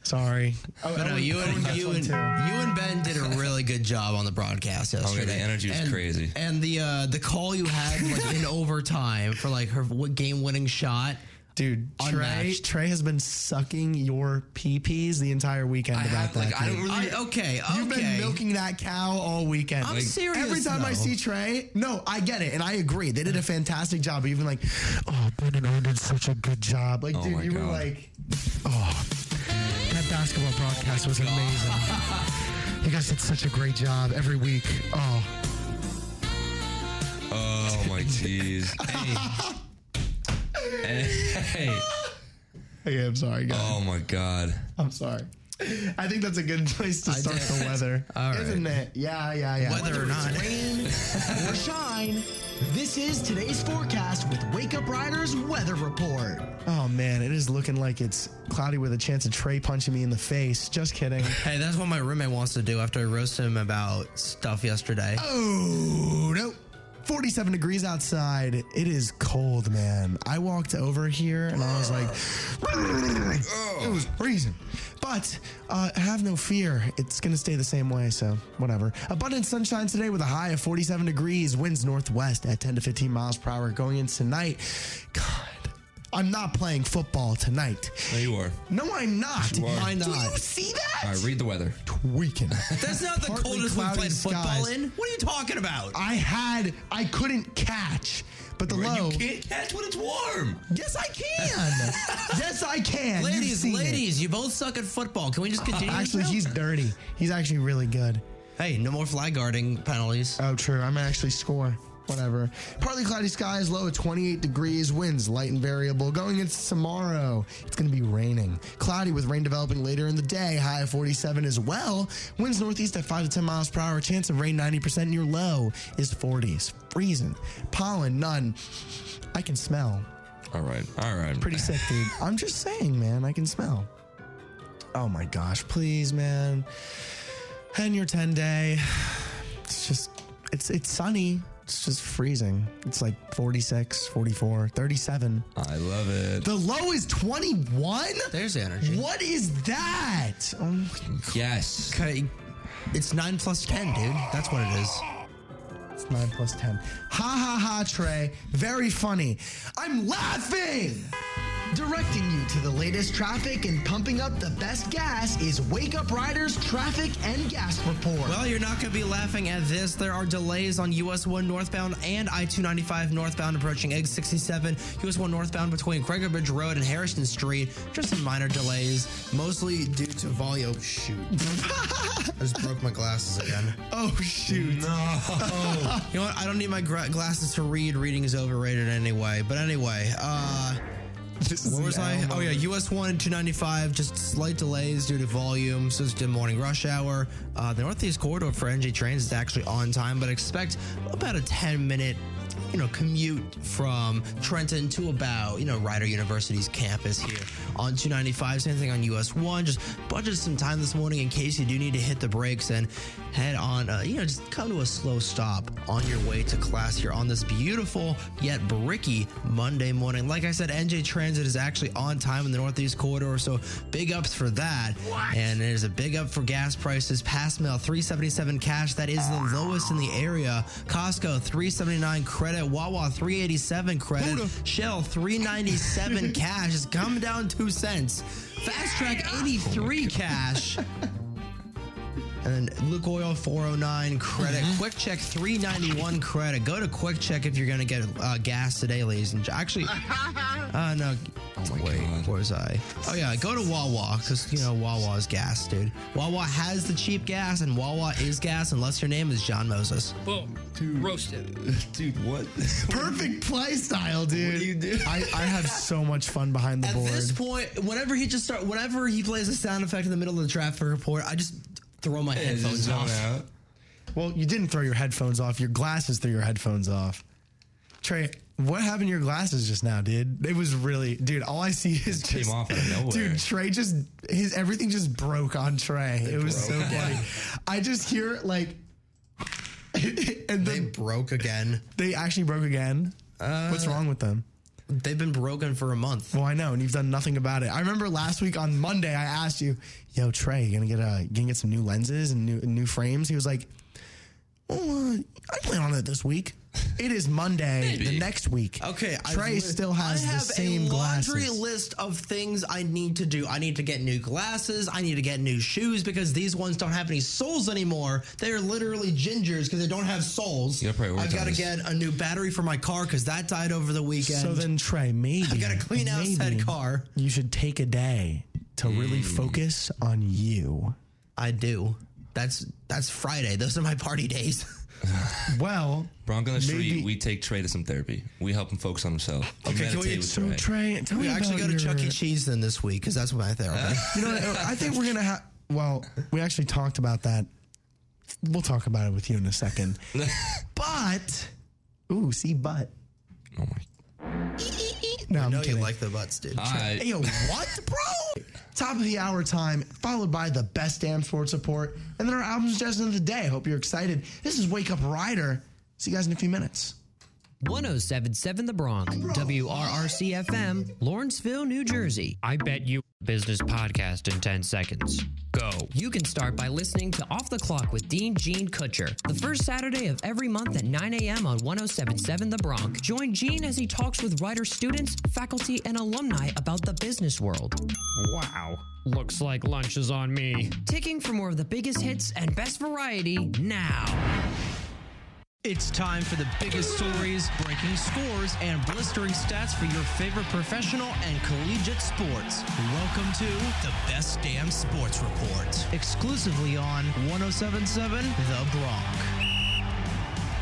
Speaker 2: Sorry. Oh,
Speaker 5: But no,
Speaker 2: Owen-
Speaker 5: you
Speaker 2: Owen
Speaker 5: and
Speaker 2: got
Speaker 5: you
Speaker 2: one
Speaker 5: and,
Speaker 2: too.
Speaker 5: you and Ben did a really good job on the broadcast yesterday.
Speaker 6: Oh, the energy was
Speaker 5: and,
Speaker 6: crazy.
Speaker 5: And the uh, the call you had like in overtime for like her game winning shot.
Speaker 2: dude, Trey,
Speaker 5: Unmatched.
Speaker 2: Trey has been sucking your peepees the entire weekend
Speaker 6: I
Speaker 2: about
Speaker 6: have,
Speaker 2: that.
Speaker 6: like, I
Speaker 2: dude.
Speaker 6: don't really.
Speaker 5: I, okay, okay.
Speaker 2: You've been milking that cow all weekend.
Speaker 5: I'm serious,
Speaker 2: Every time I
Speaker 5: though.
Speaker 2: see Trey, no, I get it, and I agree. They did a fantastic job. But even like, oh, Ben and Owen did such a good job. Like, dude,
Speaker 6: my
Speaker 2: you were
Speaker 6: God.
Speaker 2: like, oh, that basketball broadcast was amazing. you guys did such a great job every week. Oh,
Speaker 6: Oh my jeez. Hey. hey. hey.
Speaker 2: okay, I'm sorry, guys.
Speaker 6: Oh my god.
Speaker 2: I'm sorry. I think that's a good place to start the weather, isn't it? Yeah, yeah, yeah.
Speaker 5: Whether or not.
Speaker 2: rain or shine, this is today's forecast with Wake Up Riders Weather Report. Oh man, it is looking like it's cloudy with a chance of Trey punching me in the face. Just kidding.
Speaker 5: Hey, that's what my roommate wants to do after I roast him about stuff yesterday.
Speaker 2: Oh no. 47 degrees outside. It is cold, man. I walked over here and I was like, it was freezing. But uh, have no fear. It's going to stay the same way, so whatever. Abundant sunshine today with a high of 47 degrees, winds northwest at 10 to 15 miles per hour going in tonight. God, I'm not playing football tonight.
Speaker 6: No, you are.
Speaker 2: No, I'm not.
Speaker 6: You are. Why
Speaker 2: Do
Speaker 6: not?
Speaker 2: you see
Speaker 6: All
Speaker 2: that?
Speaker 6: right, read the weather.
Speaker 2: Tweaking.
Speaker 5: That's not the
Speaker 2: Partly
Speaker 5: coldest we've
Speaker 2: cloudy
Speaker 5: played football
Speaker 2: skies.
Speaker 5: in. What are you talking about?
Speaker 2: I had, I couldn't catch, but the low.
Speaker 6: You can't catch when it's warm.
Speaker 2: Yes, I can. yes, I can. You've
Speaker 5: ladies,
Speaker 2: seen it. Uh,
Speaker 5: ladies, you both suck at football. Can we just continue? this
Speaker 2: Actually,
Speaker 5: now?
Speaker 2: he's dirty. He's actually really good.
Speaker 5: hey, no more flag guarding penalties.
Speaker 2: Oh, true. I'm gonna actually score. Whatever. Partly cloudy skies, low at 28 degrees, winds light and variable. Going into tomorrow, it's going to be raining. Cloudy with rain developing later in the day, high of 47 as well. Winds northeast at 5 to 10 miles per hour, chance of rain 90%, your low is 40s. Freezing. Pollen, none. I can smell.
Speaker 6: All right, all right.
Speaker 2: Pretty sick, dude. I'm just saying, man, I can smell. Oh my gosh, please, man. And your 10 day. It's just it's it's sunny. It's just freezing. It's like 46, 44, 37.
Speaker 6: I love it.
Speaker 2: The low is 21?
Speaker 5: There's the energy.
Speaker 2: What is that? Oh,
Speaker 6: Yes.
Speaker 5: Okay, e- it's nine plus ten, dude. That's what it is.
Speaker 2: it's 9 plus 10. Ha ha ha, Trey. Very funny. I'm laughing! Directing you to the latest traffic and pumping up the best gas is Wake Up Riders Traffic and Gas Report.
Speaker 5: Well, you're not going to be laughing at this. There are delays on US 1 northbound and I 295 northbound approaching exit 67. US 1 northbound between Craig Bridge Road and Harrison Street. Just some minor delays, mostly due to volume. Oh, shoot. I just broke my glasses again.
Speaker 2: oh, shoot.
Speaker 5: You know what? I don't need my gra- glasses to read. Reading is overrated anyway. But anyway, uh,
Speaker 2: This is
Speaker 5: Where
Speaker 2: an
Speaker 5: was I?
Speaker 2: L
Speaker 5: Oh yeah,
Speaker 2: moment.
Speaker 5: US one and two ninety five. Just slight delays due to volume since the morning rush hour. Uh, the Northeast corridor for NJ trains is actually on time, but expect about a ten minute, you know, commute from Trenton to about you know Rider University's campus here on two ninety five. Same thing on US one. Just budget some time this morning in case you do need to hit the brakes and head on. Uh, you know, just come to a slow stop on your way to class here on this beautiful yet bricky Monday morning. Like I said, NJ Transit is actually on time in the Northeast Corridor, so big ups for that. And there's a big up for gas prices. Pass mail 377 cash, that is the lowest in the area. Costco 379 credit, Wawa 387 credit, Shell 397 cash. It's come down two cents. Fast Track 83 cash. And then Luke Oil 409 credit,
Speaker 6: Mm-hmm.
Speaker 5: Quick Check 391 credit. Go to Quick Check if you're going to get uh, gas today, ladies and gen- actually, uh, no.
Speaker 6: Oh my
Speaker 5: Wait,
Speaker 6: god.
Speaker 5: where was I? Oh yeah, go to Wawa because you know Wawa is gas, dude. Wawa has the cheap gas, and Wawa is gas unless your name is John Moses.
Speaker 11: Boom. Roasted.
Speaker 6: Dude, what?
Speaker 2: Perfect play style, dude.
Speaker 6: do you do?
Speaker 2: I, I have so much fun behind the
Speaker 5: At
Speaker 2: board.
Speaker 5: this point, whenever he just start, whenever he plays a sound effect in the middle of the traffic report, I just throw my
Speaker 6: Is it
Speaker 5: headphones
Speaker 6: zone
Speaker 5: off.
Speaker 6: out?
Speaker 2: well, you didn't throw your headphones off. Your glasses threw your headphones off. Trey, what happened to your glasses just now, dude? It was really, dude. All I see is
Speaker 6: came
Speaker 2: just-
Speaker 6: off out of nowhere.
Speaker 2: Dude, Trey just his everything just broke on Trey. it was so funny. I just hear like, and
Speaker 5: They
Speaker 2: then
Speaker 5: broke again.
Speaker 2: they actually broke again.
Speaker 6: Uh,
Speaker 2: What's wrong with them?
Speaker 5: They've been broken for a month.
Speaker 2: Well, I know, and you've done nothing about it. I remember last week on Monday, I asked you, "Yo, Trey, you gonna get a you gonna get some new lenses and new new frames?" He was like, "Oh, uh, I plan on it this week. It is Monday, the next week."
Speaker 5: Okay,
Speaker 2: Trey
Speaker 5: li-
Speaker 2: still has
Speaker 5: I
Speaker 2: the
Speaker 5: have
Speaker 2: same
Speaker 5: a laundry
Speaker 2: glasses.
Speaker 5: list of things I need to do. I need to get new glasses. I need to get new shoes because these ones don't have any soles anymore. They are literally gingers because they don't have soles.
Speaker 6: You gotta
Speaker 5: I've got to
Speaker 6: prioritize.
Speaker 5: get a new battery for my car because that died over the weekend.
Speaker 2: so then, Trey, maybe
Speaker 5: I got to clean out said
Speaker 2: maybe
Speaker 5: car. Hmm.
Speaker 2: You should take a day to really focus on you.
Speaker 5: I do. That's that's Friday. Those are my party days.
Speaker 2: Well,
Speaker 6: Bronco on the street,
Speaker 2: Maybe-
Speaker 6: we take Trey to some therapy. We help him focus on himself. We
Speaker 5: Okay, can we-
Speaker 6: meditate with
Speaker 2: so
Speaker 6: Trey.
Speaker 2: Trey, tell
Speaker 5: we
Speaker 2: me
Speaker 5: actually go
Speaker 2: about
Speaker 5: to Chuck E.
Speaker 2: your-
Speaker 5: Cheese then this week because that's my therapy.
Speaker 2: You know, Uh, I think we're gonna have. Well, we actually talked about that. We'll talk about it with you in a second. but, ooh, see, but.
Speaker 6: Oh my.
Speaker 2: No, I'm
Speaker 5: I know you
Speaker 2: kidding.
Speaker 5: like the butts, dude.
Speaker 6: All right.
Speaker 2: Hey, yo, what, bro? Top of the hour time, followed by the best damn sports report, and then our album suggestion of the day. Hope you're excited. This is Wake Up Rider. See you guys in a few minutes.
Speaker 12: 1077 The Bronx, WRRC FM, Lawrenceville, New Jersey. I bet you business podcast in 10 seconds. Go. You can start by listening to Off the Clock with Dean Gene Kutcher, the first Saturday of every month at 9 a.m. on 1077 The Bronx. Join Gene as he talks with writer students, faculty, and alumni about the business world. Wow. Looks like lunch is on me. Ticking for more of the biggest hits and best variety now.
Speaker 5: It's time for the biggest stories, breaking scores, and blistering stats for your favorite professional and collegiate sports. Welcome to the Best Damn Sports Report, exclusively on 1077 The Bronx.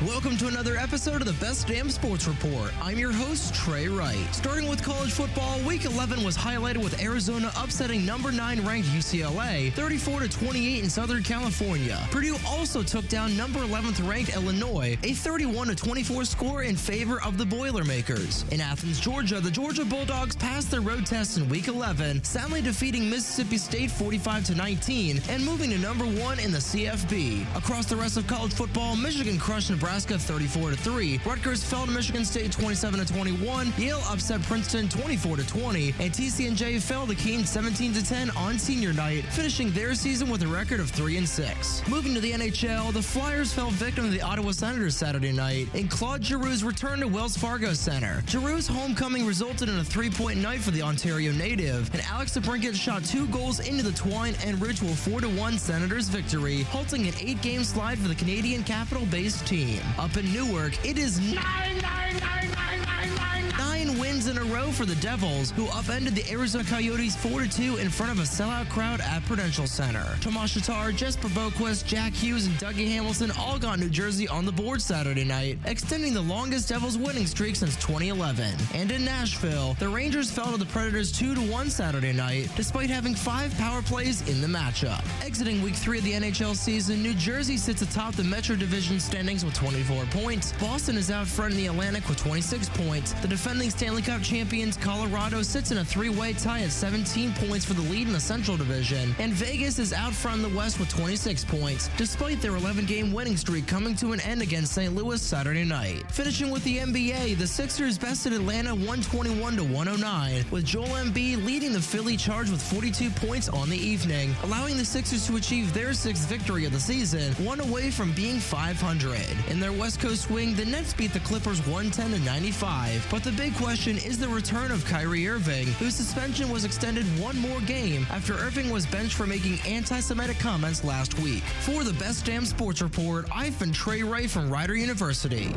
Speaker 5: Welcome to another episode of the Best Damn Sports Report. I'm your host, Trey Wright. Starting with college football, week 11 was highlighted with Arizona upsetting number 9 ranked UCLA 34 to 28 in Southern California. Purdue also took down number 11th ranked Illinois, a 31 to 24 score in favor of the Boilermakers. In Athens, Georgia, the Georgia Bulldogs passed their road test in week 11, soundly defeating Mississippi State 45 to 19 and moving to number 1 in the CFB. Across the rest of college football, Michigan crushed Nebraska 34 to 3. Rutgers fell to Michigan State 27 to 21. Yale upset Princeton 24 to 20, and TCNJ fell to Keene 17 to 10 on senior night, finishing their season with a record of 3 and 6. Moving to the NHL, the Flyers fell victim to the Ottawa Senators Saturday night in Claude Giroux's return to Wells Fargo Center. Giroux's homecoming resulted in a three-point night for the Ontario native, and Alex DeBrincat shot two goals into the twine and ritual 4-1 Senators victory, halting an eight-game slide for the Canadian capital-based team. Up in Newark, it is nine, nine, nine, nine, nine, nine, nine wins in a row for the Devils, who upended the Arizona Coyotes 4-2 in front of a sellout crowd at Prudential Center. Tomas Tatar, Jesper Boquist, Jack Hughes, and Dougie Hamilton all got New Jersey on the board Saturday night, extending the longest Devils winning streak since 2011. And in Nashville, the Rangers fell to the Predators 2-1 Saturday night, despite having five power plays in the matchup. Exiting Week 3 of the NHL season, New Jersey sits atop the Metro Division standings with 24 points. Boston is out front in the Atlantic with 26 points. The defending Stanley Cup champions Colorado sits in a three-way tie at 17 points for the lead in the Central Division, and Vegas is out front in the West with 26 points, despite their 11-game winning streak coming to an end against St. Louis Saturday night. Finishing with the NBA, the Sixers bested Atlanta 121 to 109, with Joel Embiid leading the Philly charge with 42 points on the evening, allowing the Sixers to achieve their sixth victory of the season, one away from being 500. In their West Coast swing, the Nets beat the Clippers 110 to 95, but the big question is the return of Kyrie Irving, whose suspension was extended one more game after Irving was benched for making anti-Semitic comments last week. For the Best Damn Sports Report, I've been Trey Ray from Rider University.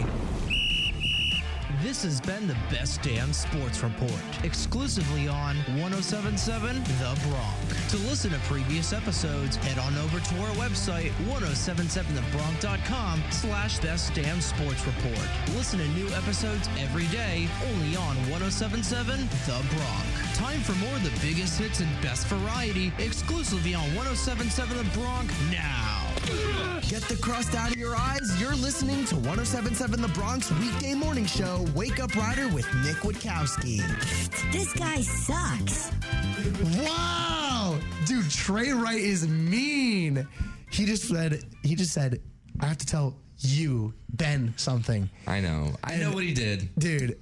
Speaker 5: This has been the Best Damn Sports Report, exclusively on 1077 The Bronx. To listen to previous episodes, head on over to our website, 1077thebronx.com slash Best Damn Sports Report. Listen to new episodes every day, only on 1077 The Bronx. Time for more of the biggest hits and best variety, exclusively on 1077 The Bronx now.
Speaker 2: Get the crust out of your eyes. You're listening to 1077 The Bronx weekday morning show, Wake Up Rider with Nick Witkowski.
Speaker 1: This guy sucks.
Speaker 2: Wow! Dude, Trey Wright is mean. He just said, he just said, I have to tell you, Ben, something.
Speaker 6: I know. I know what he did.
Speaker 2: Dude.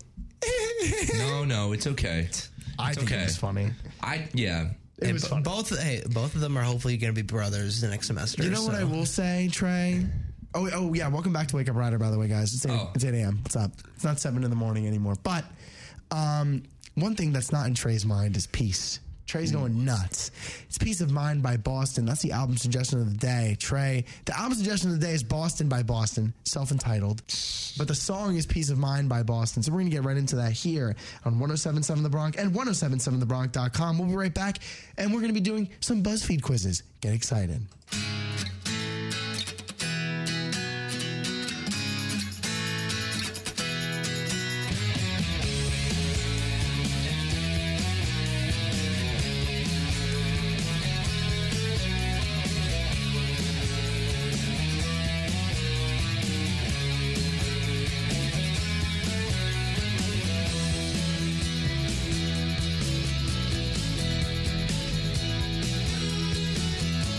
Speaker 6: no, no, it's okay. It's
Speaker 2: I think
Speaker 6: okay.
Speaker 2: it was funny.
Speaker 6: I yeah.
Speaker 13: Hey, b- both hey, both of them are hopefully going to be brothers the next semester.
Speaker 2: You know what
Speaker 13: so-
Speaker 2: I will say, Trey? Oh, oh yeah. Welcome back to Wake Up Rider, by the way, guys. It's 8, it's 8 a.m. What's up? It's not 7 in the morning anymore. But um, one thing that's not in Trey's mind is peace. Trey's going nuts. It's Peace of Mind by Boston. That's the album suggestion of the day. Trey, the album suggestion of the day is Boston by Boston, self entitled. But the song is Peace of Mind by Boston. So we're going to get right into that here on 1077 The Bronx and 1077TheBronx.com. We'll be right back and we're going to be doing some BuzzFeed quizzes. Get excited.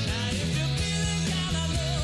Speaker 14: Now if you feel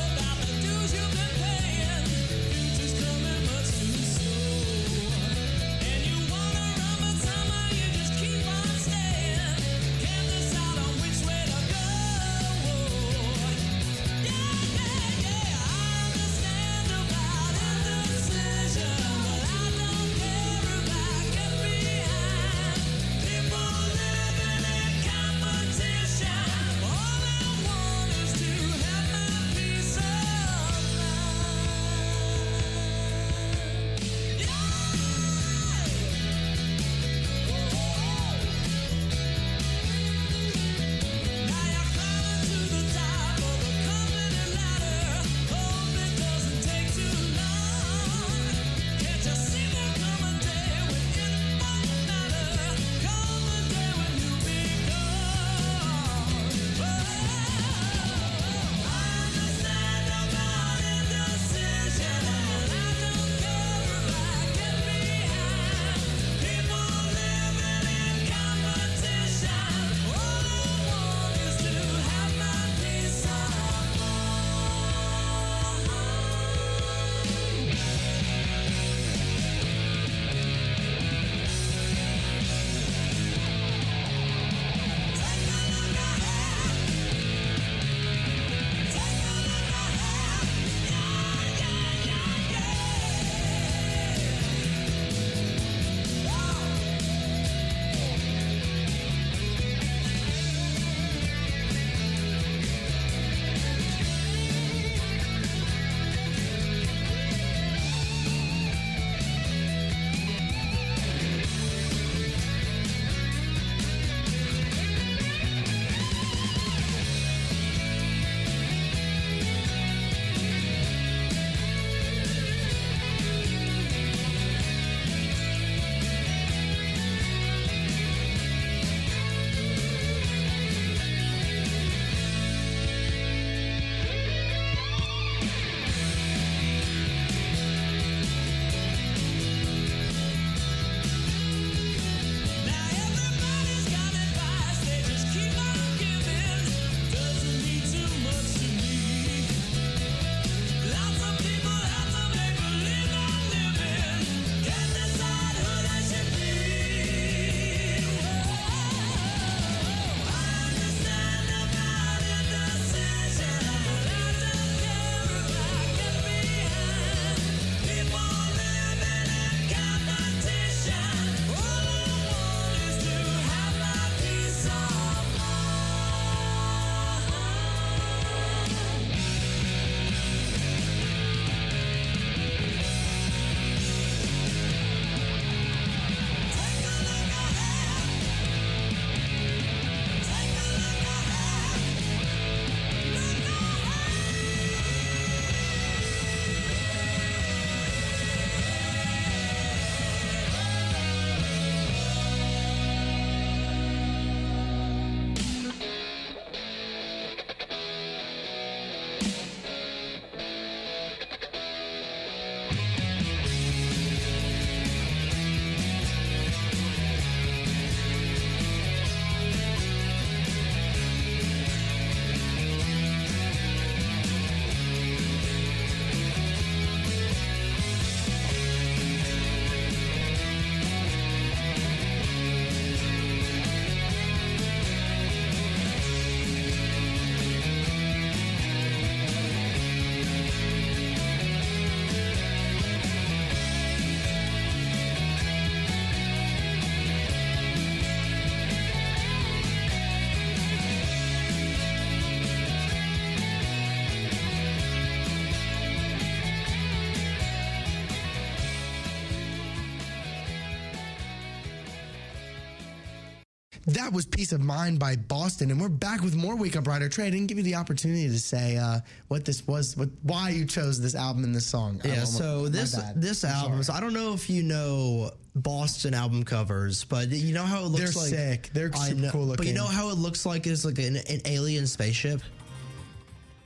Speaker 2: That was Peace of Mind by Boston. And we're back with more Wake Up Rider. Trey, I didn't give you the opportunity to say uh, what this was, what, why you chose this album and this song. I
Speaker 5: Yeah,
Speaker 2: almost-
Speaker 5: so
Speaker 2: my
Speaker 5: this
Speaker 2: bad.
Speaker 5: this album. So I don't know if you know Boston album covers, but you know how it looks
Speaker 2: They're
Speaker 5: like.
Speaker 2: sick. They're
Speaker 5: I
Speaker 2: super
Speaker 5: know-
Speaker 2: cool
Speaker 5: But you
Speaker 2: looking.
Speaker 5: know how it looks like is like an, an alien spaceship.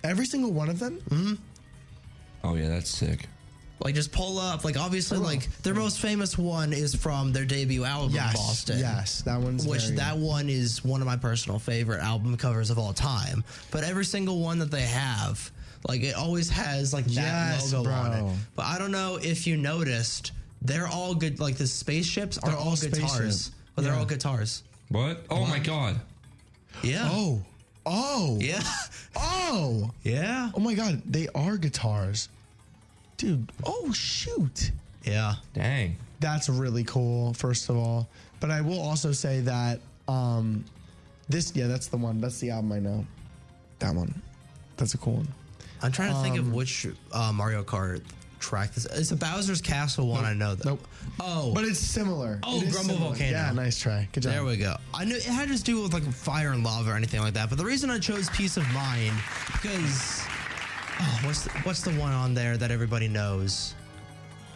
Speaker 2: Every single one of them.
Speaker 5: hmm
Speaker 6: Oh yeah, that's sick.
Speaker 5: Like just pull up. Like obviously, like their most famous one is from their debut album,
Speaker 2: Yes,
Speaker 5: Boston.
Speaker 2: yes, that one's
Speaker 5: which
Speaker 2: very-
Speaker 5: that one is one of my personal favorite album covers of all time. But every single one that they have, like it always has like that
Speaker 2: Yes,
Speaker 5: logo on
Speaker 2: bro.
Speaker 5: it. But I don't know if you noticed, they're all good. Like the spaceships are
Speaker 2: They're
Speaker 5: all,
Speaker 2: all
Speaker 5: guitars,
Speaker 2: spaceship.
Speaker 5: but they're
Speaker 2: Yeah.
Speaker 5: all guitars.
Speaker 6: What? Oh my god.
Speaker 5: Yeah.
Speaker 2: Oh. Oh.
Speaker 5: Yeah.
Speaker 2: Oh.
Speaker 5: Yeah.
Speaker 2: Oh my God. They are guitars. Dude. Oh, shoot.
Speaker 5: Yeah.
Speaker 6: Dang.
Speaker 2: That's really cool, first of all. But I will also say that um this, yeah, that's the one. That's the album I know. That one. That's a cool one.
Speaker 5: I'm trying to think
Speaker 2: Um,
Speaker 5: of which uh, Mario Kart track this. It's a Bowser's Castle one. I know that. Nope. Oh,
Speaker 2: But it's similar.
Speaker 5: Oh,
Speaker 2: It is
Speaker 5: Grumble
Speaker 2: similar.
Speaker 5: Volcano.
Speaker 2: Yeah, nice try. Good job.
Speaker 5: There we go. I knew it had to do with like fire and lava or anything like that. But the reason I chose peace of mind because oh, what's the, what's the one on there that everybody knows?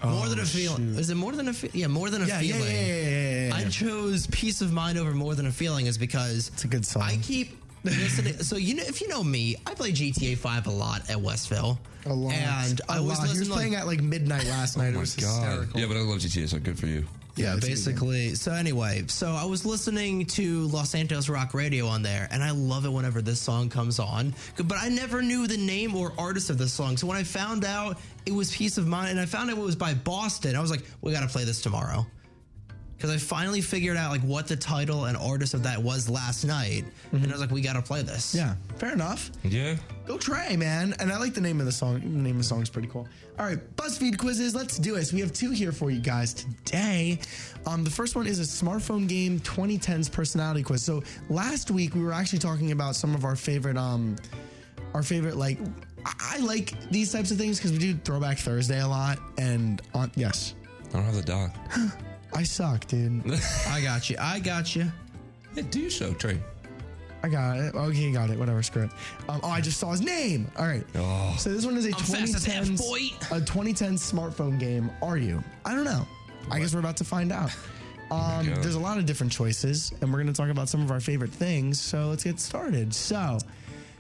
Speaker 5: more
Speaker 2: Oh,
Speaker 5: than a feeling.
Speaker 2: shoot.
Speaker 5: Is it more than a feeling? Yeah, more than a
Speaker 2: Yeah, yeah,
Speaker 5: feeling.
Speaker 2: yeah, yeah, yeah, yeah,
Speaker 5: I
Speaker 2: yeah.
Speaker 5: chose peace of mind over more than a feeling is because it's a
Speaker 2: good song.
Speaker 5: I keep listening. so you know, if you know me, I play GTA Five a lot at Westville.
Speaker 2: A lot.
Speaker 5: And I
Speaker 2: A
Speaker 5: always
Speaker 2: lot. He
Speaker 5: listen
Speaker 2: was
Speaker 5: to, like- Oh
Speaker 2: playing at like midnight last night. it was hysterical.
Speaker 6: Yeah, but I love GTA, so good for you.
Speaker 5: Yeah,
Speaker 2: it's a good
Speaker 5: basically. So anyway, so I was listening to Los Santos Rock Radio on there, and I love it whenever this song comes on. But I never knew the name or artist of this song. So when I found out it was Peace of Mind, and I found out it was by Boston, I was like, we got to play this tomorrow. Because I finally figured out like what the title and artist of that was last night, and I was like, we got to play this.
Speaker 2: Yeah, fair enough.
Speaker 6: Yeah.
Speaker 2: Go Trey, man. And I like the name of the song. The name of the song is pretty cool. All right, BuzzFeed quizzes. Let's do this. We have two here for you guys today. Um, the first one is a smartphone game 2010s personality quiz. So last week we were actually talking about some of our favorite, um, our favorite like. I I like these types of things because we do Throwback Thursday a lot. And on, yes,
Speaker 6: I don't have the doc.
Speaker 2: I suck, dude.
Speaker 5: I got you. I got you.
Speaker 6: Yeah, do so, Trey.
Speaker 2: I got it. Okay, you got it. Whatever, screw it. Um, oh, I just saw his name. All right.
Speaker 6: Oh.
Speaker 2: So this one is a
Speaker 5: I'm fast as F,
Speaker 2: 2010
Speaker 5: boy.
Speaker 2: a 2010 smartphone game. Are you? I don't know. I guess we're about to find out. Um,
Speaker 6: God.
Speaker 2: there's a lot of different choices, and we're going to talk about some of our favorite things. So let's get started. So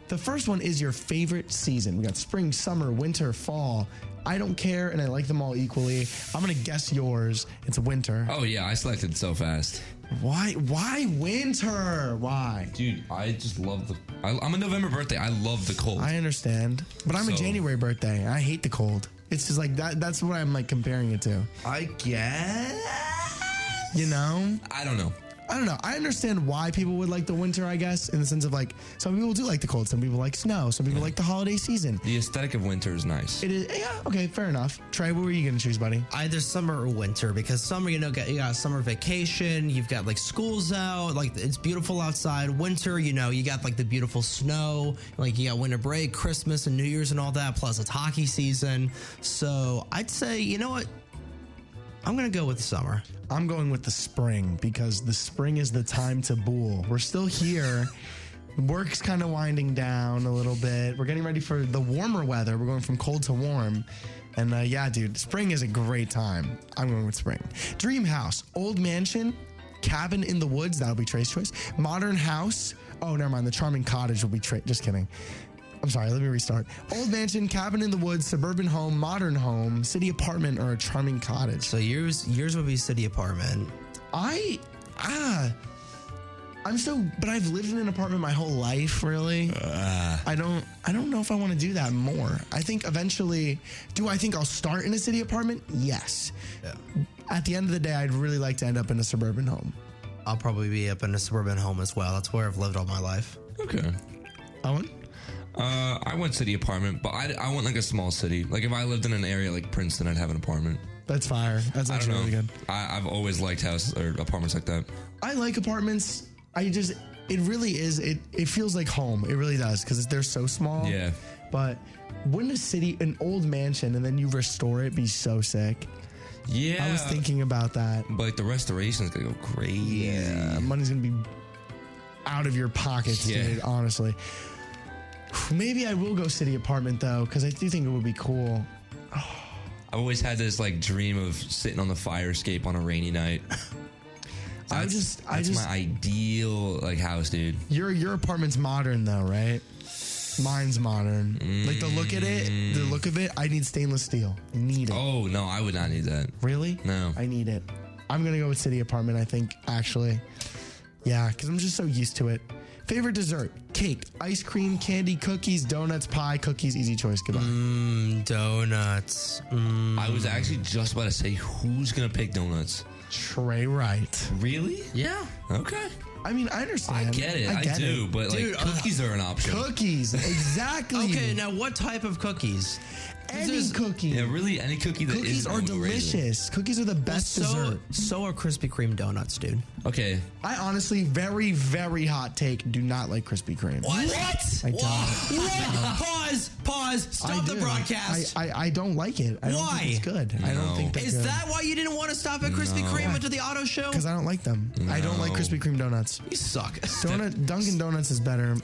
Speaker 2: the first one is your favorite season. We got spring, summer, winter, fall. I don't care, and I like them all equally. I'm going to guess yours. It's winter.
Speaker 6: Oh yeah, I selected so fast.
Speaker 2: Why? Why winter? Why?
Speaker 6: Dude, I just love the. I, I'm a November birthday. I love the cold.
Speaker 2: I understand, but I'm a
Speaker 6: So-
Speaker 2: January birthday. I hate the cold. It's just like that. That's what I'm like comparing it to.
Speaker 5: I guess.
Speaker 2: You know,
Speaker 6: I don't know.
Speaker 2: I don't know. I understand why people would like the winter. I guess in the sense of like some people do like the cold, some people like snow, some people like the holiday season.
Speaker 6: The aesthetic of winter is nice.
Speaker 2: It is yeah okay, fair enough. Trey, what were you gonna choose, buddy?
Speaker 5: either summer or winter because summer you know got, you got summer vacation you've got like schools out like it's beautiful outside winter you know you got like the beautiful snow like you got winter break christmas and new year's and all that plus it's hockey season so i'd say you know what i'm gonna go with the summer
Speaker 2: I'm going with the spring because the spring is the time to bool. We're still here. Work's kind of winding down a little bit. We're getting ready for the warmer weather. We're going from cold to warm. And uh, yeah, dude, spring is a great time. I'm going with spring. Dream house, old mansion, cabin in the woods. That'll be Trey's choice. Modern house. Oh, never mind. The charming cottage will be Trey. Just kidding. I'm sorry, let me restart. Old mansion, cabin in the woods, suburban home, modern home, city apartment, or a charming cottage.
Speaker 5: so yours yours would be city apartment
Speaker 2: I ah I'm so but I've lived in an apartment my whole life really. I don't I don't know if I want to do that more. I think eventually do I think I'll start in a city apartment? Yes. At the end of the day I'd really like to end up in a suburban home.
Speaker 5: i'll probably be up in a suburban home as well that's where i've lived all my life
Speaker 6: Okay.
Speaker 2: Owen?
Speaker 6: Uh, I went city apartment, but I, I want like a small city. Like if I lived in an area like Princeton, I'd have an apartment.
Speaker 2: That's fire. That's
Speaker 6: I don't
Speaker 2: actually
Speaker 6: know.
Speaker 2: really good.
Speaker 6: I, I've always liked houses or apartments like that.
Speaker 2: I like apartments. I just it really is it it feels like home. It really does cuz they're so small.
Speaker 6: Yeah.
Speaker 2: But wouldn't a city an old mansion and then you restore it be so sick?
Speaker 6: Yeah.
Speaker 2: I was thinking about that.
Speaker 6: But like the restoration's gonna go crazy.
Speaker 2: Yeah, money's gonna be out of your pockets,
Speaker 6: Yeah.
Speaker 2: dude. Honestly, maybe I will go city apartment though, because I do think it would be cool.
Speaker 6: I've always had this like dream of sitting on the fire escape on a rainy night. I just,
Speaker 2: I
Speaker 6: that's
Speaker 2: just-
Speaker 6: my ideal like house, dude.
Speaker 2: Your your apartment's modern though, right? Mine's modern. Like the look at it,
Speaker 6: Mm.
Speaker 2: the look of it. I need stainless steel. Need it.
Speaker 6: Oh no, I would not need that.
Speaker 2: Really?
Speaker 6: No.
Speaker 2: I need it. I'm gonna go with city apartment. I think actually, yeah, because I'm just so used to it. Favorite dessert: cake, ice cream, candy, cookies, donuts, pie, cookies. Easy choice. Goodbye.
Speaker 5: Mm, donuts.
Speaker 2: Hmm.
Speaker 5: Mm.
Speaker 6: I was actually just about to say who's gonna pick donuts.
Speaker 2: Trey Wright.
Speaker 6: Really?
Speaker 5: Yeah.
Speaker 6: Okay.
Speaker 2: I mean, I understand.
Speaker 6: I get it. I,
Speaker 2: get
Speaker 6: do,
Speaker 2: it.
Speaker 6: but like
Speaker 5: Dude, uh,
Speaker 6: cookies are an option.
Speaker 2: cookies, exactly.
Speaker 5: Okay, now what type of cookies?
Speaker 2: Any cookie.
Speaker 6: Yeah, really, any cookie that
Speaker 2: Cookies
Speaker 6: isn't
Speaker 2: are
Speaker 6: overrated.
Speaker 2: delicious. Cookies are the best
Speaker 5: so,
Speaker 2: dessert.
Speaker 5: So are Krispy Kreme donuts, dude.
Speaker 6: Okay.
Speaker 2: I honestly, very, very hot take. Do not like Krispy Kreme.
Speaker 5: What?
Speaker 2: I don't.
Speaker 5: What? Pause. Pause.
Speaker 2: I
Speaker 5: Stop the
Speaker 2: do.
Speaker 5: broadcast.
Speaker 2: I, I, I don't like it. I don't
Speaker 5: Why?
Speaker 2: think it's good. I don't think they're
Speaker 5: Is
Speaker 2: good.
Speaker 5: that why you didn't want to stop at Krispy
Speaker 2: No.
Speaker 5: Kreme after the auto show?
Speaker 2: Because I don't like them. I don't like
Speaker 6: No.
Speaker 2: Krispy Kreme donuts.
Speaker 5: You suck.
Speaker 2: Donut Dunkin' Donuts is better,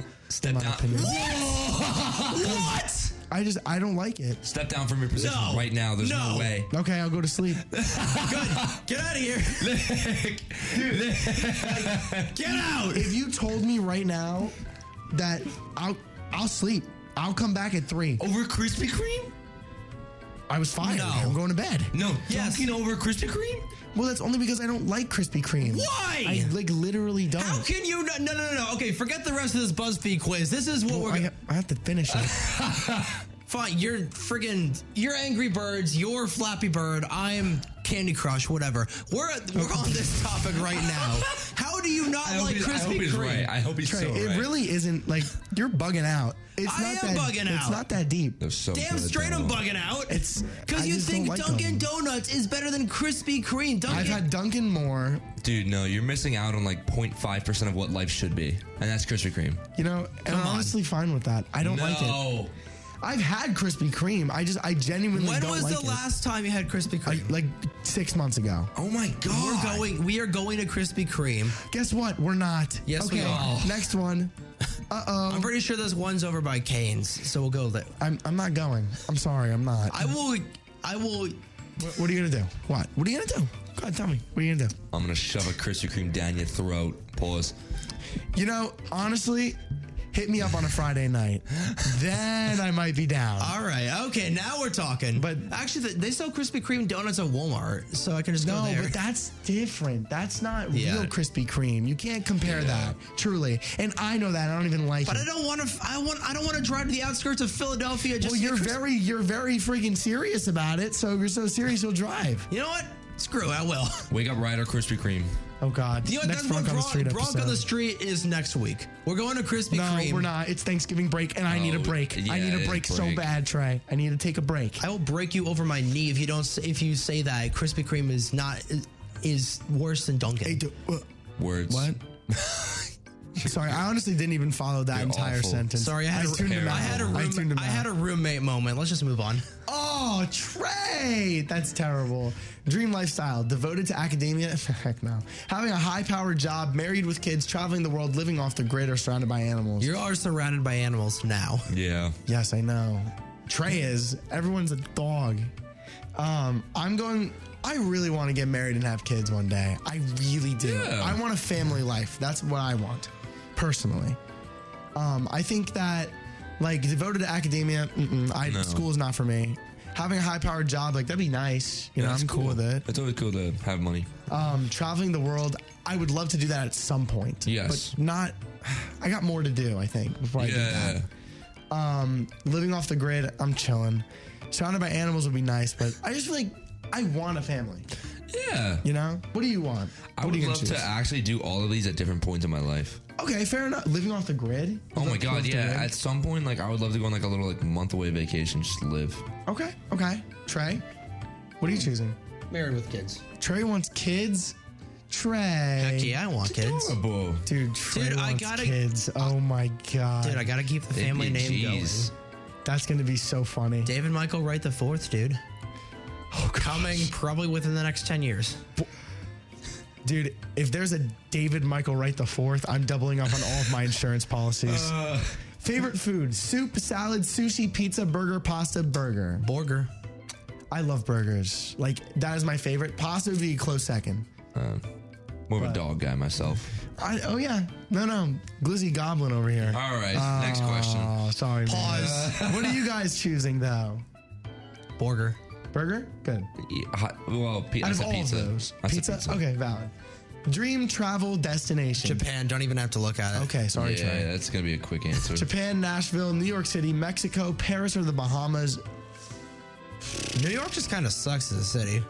Speaker 2: in my opinion.
Speaker 5: what?
Speaker 2: I just I don't like it.
Speaker 6: Step down from your position
Speaker 5: No.
Speaker 6: right now. There's no,
Speaker 5: No.
Speaker 6: way.
Speaker 2: Okay, I'll go to sleep.
Speaker 5: Good. Get out of here. Get out.
Speaker 2: If you told me right now that I'll I'll sleep, I'll come back at three.
Speaker 6: Over Krispy Kreme?
Speaker 2: I was fired.
Speaker 5: No.
Speaker 2: I'm going to bed.
Speaker 6: No. Dunkin' over Krispy Kreme?
Speaker 2: Well, that's only because I don't like Krispy Kreme.
Speaker 5: Why?
Speaker 2: I like literally don't.
Speaker 5: How can you? Not, no, no, no, no. Okay, forget the rest of this BuzzFeed quiz. This is what we're
Speaker 2: I,
Speaker 5: gonna.
Speaker 2: ha- I have to finish it.
Speaker 5: Fine, you're friggin' you're Angry Birds, you're Flappy Bird, I'm Candy Crush, whatever. We're we're on this topic right now. How do you not
Speaker 6: I hope,
Speaker 5: like
Speaker 6: he's, I hope
Speaker 5: Krispy
Speaker 6: he's
Speaker 5: Kreme?
Speaker 6: right. I hope he's
Speaker 2: Trey,
Speaker 6: so
Speaker 2: it
Speaker 6: right.
Speaker 2: really isn't like you're bugging out. It's
Speaker 5: I
Speaker 2: not
Speaker 5: am
Speaker 2: that,
Speaker 5: bugging
Speaker 2: It's
Speaker 5: out.
Speaker 2: not that deep.
Speaker 6: They're so
Speaker 5: Damn
Speaker 6: good,
Speaker 5: straight, I'm
Speaker 6: though.
Speaker 5: bugging out.
Speaker 2: It's- I
Speaker 5: because you
Speaker 2: just
Speaker 5: think
Speaker 2: don't like
Speaker 5: Dunkin'
Speaker 2: them.
Speaker 5: Donuts is better than Krispy Kreme. Dunkin'.
Speaker 2: I've had Dunkin' more.
Speaker 6: Dude, no, you're missing out on like 0.5% of what life should be. And that's Krispy Kreme.
Speaker 2: You know, and I'm honestly fine with that. I don't like it.
Speaker 6: no.
Speaker 2: I've had Krispy Kreme. I just I genuinely
Speaker 5: when
Speaker 2: don't
Speaker 5: was
Speaker 2: like
Speaker 5: the
Speaker 2: it.
Speaker 5: last time you had Krispy
Speaker 2: I-
Speaker 5: Kreme?
Speaker 2: like six months ago.
Speaker 6: Oh my
Speaker 5: we're
Speaker 6: God.
Speaker 5: going. We are going to Krispy Kreme.
Speaker 2: Guess what? We're not.
Speaker 5: Yes, we
Speaker 2: okay.
Speaker 5: are.
Speaker 2: Next one. Uh
Speaker 5: I'm
Speaker 2: oh.
Speaker 5: pretty sure this one's over by Canes, so we'll go there.
Speaker 2: I'm I'm not going. I'm sorry. I'm not.
Speaker 5: I will. I will.
Speaker 2: what, what are you gonna do? What? What are you gonna do? God, tell me. What are you gonna do?
Speaker 6: I'm going to shove a Krispy Kreme down your throat. Pause.
Speaker 2: You know, honestly, hit me up on a Friday night. then I might be down.
Speaker 5: All right. Okay. Now we're talking. But
Speaker 2: But-
Speaker 5: actually, th- they sell Krispy Kreme donuts at Walmart, so I can just go
Speaker 2: No,
Speaker 5: there.
Speaker 2: but that's different. That's not
Speaker 5: Yeah.
Speaker 2: real Krispy Kreme. You can't compare that. Truly. And I know that. I don't even like
Speaker 5: but
Speaker 2: it.
Speaker 5: I don't want to. I want. I don't want to drive to the outskirts of Philadelphia. Just
Speaker 2: well,
Speaker 5: to get
Speaker 2: you're
Speaker 5: Kris-
Speaker 2: very you're very freaking serious about it. So if you're so serious, you'll drive.
Speaker 5: You know what? Screw. it, I will.
Speaker 6: Wake up right or Krispy Kreme.
Speaker 2: Oh God.
Speaker 5: You know what?
Speaker 2: Next
Speaker 5: that's what
Speaker 2: Bronk on the
Speaker 5: Bronk,
Speaker 2: street
Speaker 5: Bronk on the
Speaker 2: episode.
Speaker 5: Street is next week. We're going to Krispy
Speaker 2: No,
Speaker 5: Kreme.
Speaker 2: we're not. It's Thanksgiving break, and I need a
Speaker 6: Oh,
Speaker 2: break.
Speaker 6: yeah,
Speaker 2: I need
Speaker 6: it is
Speaker 2: a break so
Speaker 6: break.
Speaker 2: bad, Trey. I need to take a break.
Speaker 5: I will break you over my knee if you don't. s- If you say that Krispy Kreme is not is worse than Dunkin'.
Speaker 2: Hey, do- uh,
Speaker 6: Words.
Speaker 2: what? Sorry, I honestly didn't even follow that
Speaker 6: You're
Speaker 2: entire
Speaker 6: awful.
Speaker 2: sentence.
Speaker 5: Sorry, I had, a
Speaker 2: tuned him
Speaker 5: I
Speaker 2: out.
Speaker 5: had a
Speaker 2: I tuned
Speaker 5: room,
Speaker 2: him
Speaker 5: I
Speaker 2: out.
Speaker 5: had a roommate moment. Let's just move on.
Speaker 2: Oh, Trey, that's terrible. Dream lifestyle, devoted to academia. Heck no. Having a high powered job, married with kids, traveling the world, living off the grid, or surrounded by animals.
Speaker 5: You are surrounded by animals now.
Speaker 6: Yeah.
Speaker 2: yes, I know. Trey is. Everyone's a dog. Um, I'm going. I really want to get married and have kids one day. I really do.
Speaker 6: Yeah.
Speaker 2: I want a family life. That's what I want, personally. Um, I think that like devoted to academia, mm-mm, I, school is not for me. Having a high powered job, like that'd be nice. You know,
Speaker 6: That's
Speaker 2: I'm cool. with it.
Speaker 6: It's always cool to have money.
Speaker 2: Um, traveling the world, I would love to do that at some point.
Speaker 6: Yes.
Speaker 2: but not. I got more to do. I think before I do that
Speaker 6: yeah.
Speaker 2: um, living off the grid, I'm chilling. Surrounded by animals would be nice, but I just feel like I want a family.
Speaker 6: Yeah.
Speaker 2: You know, what do you want?
Speaker 6: I
Speaker 2: what
Speaker 6: would
Speaker 2: do you
Speaker 6: love
Speaker 2: choose?
Speaker 6: to actually do all of these at different points in my life.
Speaker 2: Okay, fair enough. Living off the grid.
Speaker 6: Oh my god,
Speaker 2: Off the
Speaker 6: yeah.
Speaker 2: grid?
Speaker 6: At some point, like I would love to go on like a little like month away vacation, just live.
Speaker 2: okay, okay. Trey, what are you choosing?
Speaker 5: Married with kids.
Speaker 2: Trey wants kids. Trey.
Speaker 5: Heck yeah, I want kids.
Speaker 6: Adorable.
Speaker 2: Dude, Trey
Speaker 5: Dude, I
Speaker 2: wants
Speaker 5: gotta-
Speaker 2: kids. Oh my god,
Speaker 5: Dude, I gotta keep the family name
Speaker 6: Jeez.
Speaker 5: going.
Speaker 2: that's gonna be so funny.
Speaker 5: David Michael Wright the
Speaker 2: Oh,
Speaker 5: fourth, dude. Coming probably within the next ten years.
Speaker 2: Dude, if there's a David Michael Wright the fourth, I'm doubling up on all of my insurance policies.
Speaker 6: Uh.
Speaker 2: Favorite food: soup, salad, sushi, pizza, burger, pasta, burger. Burger. I love burgers. Like that is my favorite. Pasta would be a close second.
Speaker 6: Uh, more of a dog guy myself.
Speaker 2: I, oh yeah, no, no, Glizzy Goblin over here.
Speaker 6: All right, next question.
Speaker 2: Oh, sorry. man.
Speaker 6: Uh. Pause.
Speaker 2: what are you guys choosing though?
Speaker 6: Burger.
Speaker 2: Burger. Good.
Speaker 6: E, well, pi- I
Speaker 2: Out of
Speaker 6: said
Speaker 2: all
Speaker 6: pizza.
Speaker 2: of those,
Speaker 6: I said
Speaker 2: pizza. Okay, valid. Dream travel destination.
Speaker 5: Japan, don't even have to look at it.
Speaker 2: Okay, sorry,
Speaker 6: yeah,
Speaker 2: Trey.
Speaker 6: that's gonna be a quick answer.
Speaker 2: Japan, Nashville, New York City, Mexico, Paris, or the Bahamas.
Speaker 5: New York just kind of sucks as a city.